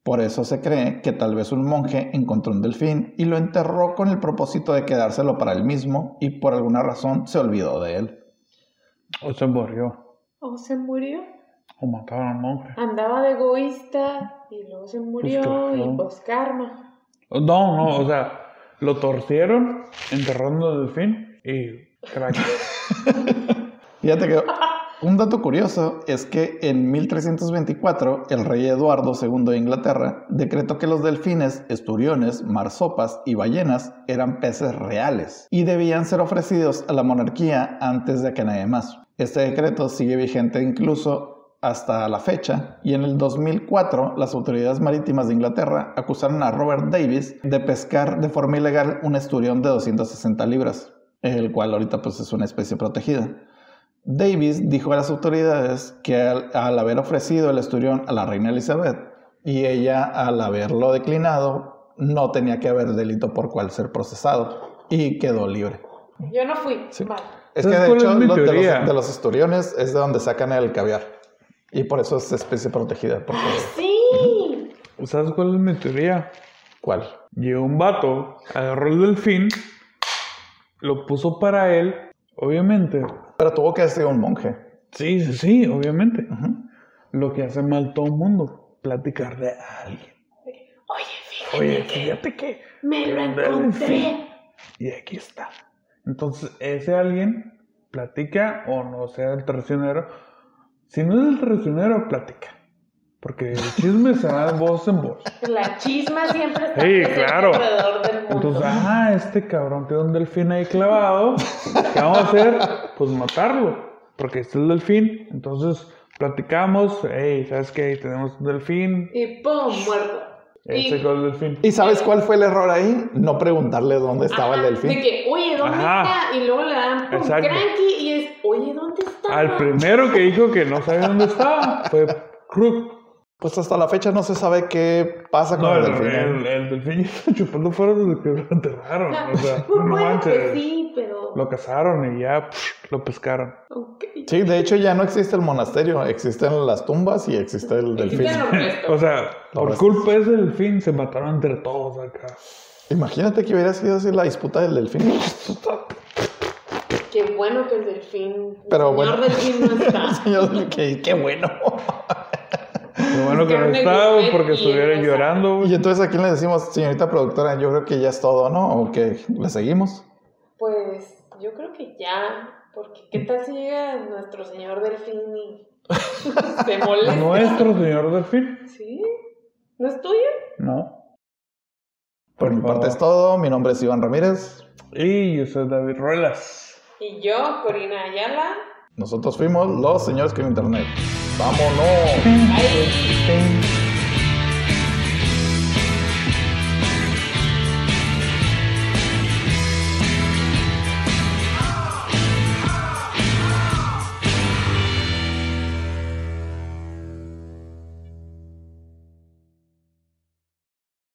Speaker 1: Por eso se cree que tal vez un monje encontró un delfín y lo enterró con el propósito de quedárselo para él mismo y por alguna razón se olvidó de él.
Speaker 2: O se murió.
Speaker 3: O se murió.
Speaker 2: O mataron a un monje.
Speaker 3: Andaba de egoísta y luego se murió
Speaker 2: Pues, claro.
Speaker 3: y pues karma.
Speaker 2: No, no, o sea, lo torcieron enterrando al delfín y crack.
Speaker 1: Fíjate que un dato curioso es que en 1324 el rey Eduardo II de Inglaterra decretó que los delfines, esturiones, marsopas y ballenas eran peces reales y debían ser ofrecidos a la monarquía antes de que nadie más. Este decreto sigue vigente incluso hasta la fecha y en el 2004 las autoridades marítimas de Inglaterra acusaron a Robert Davis de pescar de forma ilegal un esturión de 260 libras, el cual ahorita pues es una especie protegida. Davis dijo a las autoridades que al, al haber ofrecido el esturión a la reina Elizabeth y ella al haberlo declinado no tenía que haber delito por cual ser procesado y quedó libre.
Speaker 3: Yo no fui.
Speaker 1: Sí.
Speaker 3: Vale.
Speaker 1: Es que de
Speaker 2: ¿Sabes cuál
Speaker 1: hecho
Speaker 2: es mi
Speaker 1: los- de, los,
Speaker 2: teoría?
Speaker 1: de los esturiones es de donde sacan el caviar y por eso es especie protegida. Porque,
Speaker 3: Sí.
Speaker 2: ¿Sabes cuál es mi teoría?
Speaker 1: ¿Cuál?
Speaker 2: Llegó un vato, agarró el delfín, lo puso para él, obviamente.
Speaker 1: Pero tuvo que haber sido un monje.
Speaker 2: Sí, sí, sí, obviamente.
Speaker 1: Ujú.
Speaker 2: Lo que hace mal todo el mundo, platicar de alguien.
Speaker 3: Oye, fíjate,
Speaker 2: Oye, fíjate que
Speaker 3: me lo
Speaker 2: Un
Speaker 3: encontré.
Speaker 2: delfín. Y aquí está. Entonces, ese alguien platica o no sea el traicionero. Si no es el traicionero, platica. Porque el chisme se va de voz en voz.
Speaker 3: La chisma siempre está
Speaker 2: Sí,
Speaker 3: presente
Speaker 2: claro.
Speaker 3: alrededor del mundo.
Speaker 2: Entonces, ah, este cabrón tiene un delfín ahí clavado. ¿Qué vamos a hacer? Pues matarlo. Porque este es el delfín. Entonces, platicamos. Hey, ¿sabes qué? Tenemos un delfín.
Speaker 3: Y pum, muerto.
Speaker 2: Este
Speaker 3: Y-
Speaker 2: con el delfín.
Speaker 1: ¿Y sabes cuál fue el error ahí? No preguntarle dónde estaba el
Speaker 3: Ajá, De
Speaker 1: delfín.
Speaker 3: que, oye, ¿dónde
Speaker 2: Ajá.
Speaker 3: está? Y luego le dan pum,
Speaker 2: Exacto.
Speaker 3: cranky y es, oye, ¿dónde está?
Speaker 2: Al primero que dijo que no sabía dónde estaba fue Crook.
Speaker 1: Pues hasta la fecha no se sabe qué pasa con
Speaker 2: No,
Speaker 1: el
Speaker 2: el,
Speaker 1: delfín. ¿eh?
Speaker 2: el, el delfín ya está chupando fuera desde que lo enterraron. O
Speaker 3: [LAUGHS]
Speaker 2: sea, no
Speaker 3: bueno,
Speaker 2: manches.
Speaker 3: que sí, pero.
Speaker 2: Lo cazaron y ya psh, lo pescaron.
Speaker 3: Ok.
Speaker 1: Sí, de hecho ya no existe el monasterio, existen las tumbas y existe el delfín.
Speaker 3: Existen los restos.
Speaker 2: [LAUGHS] O sea, por
Speaker 1: restos.
Speaker 2: culpa de ese delfín se mataron entre todos acá.
Speaker 1: Imagínate que hubiera sido así la disputa del delfín. [LAUGHS]
Speaker 3: Qué bueno que el delfín.
Speaker 1: Pero
Speaker 3: el
Speaker 1: bueno. [LAUGHS]
Speaker 3: señor delfín no está.
Speaker 1: Señor, qué, qué bueno.
Speaker 2: Qué bueno que no
Speaker 3: Carne
Speaker 2: estaba,
Speaker 3: gourmet
Speaker 2: porque
Speaker 3: y
Speaker 2: estuviera
Speaker 3: esa.
Speaker 1: [LAUGHS]
Speaker 2: llorando, güey.
Speaker 1: Y entonces aquí le decimos, señorita productora, yo creo que ya es todo, ¿no? O que le seguimos.
Speaker 3: Pues yo creo que ya, porque ¿qué tal si llega nuestro señor Delfín y [LAUGHS] se molesta?
Speaker 2: Nuestro señor Delfín.
Speaker 3: ¿Sí? ¿No es tuyo?
Speaker 2: No.
Speaker 1: Por mi parte es todo. Mi nombre es Iván Ramírez.
Speaker 2: Y yo soy David Ruelas.
Speaker 3: Y yo, Corina Ayala.
Speaker 1: Nosotros fuimos los señores con internet. ¡Vámonos!
Speaker 3: Ahí.
Speaker 2: Ting.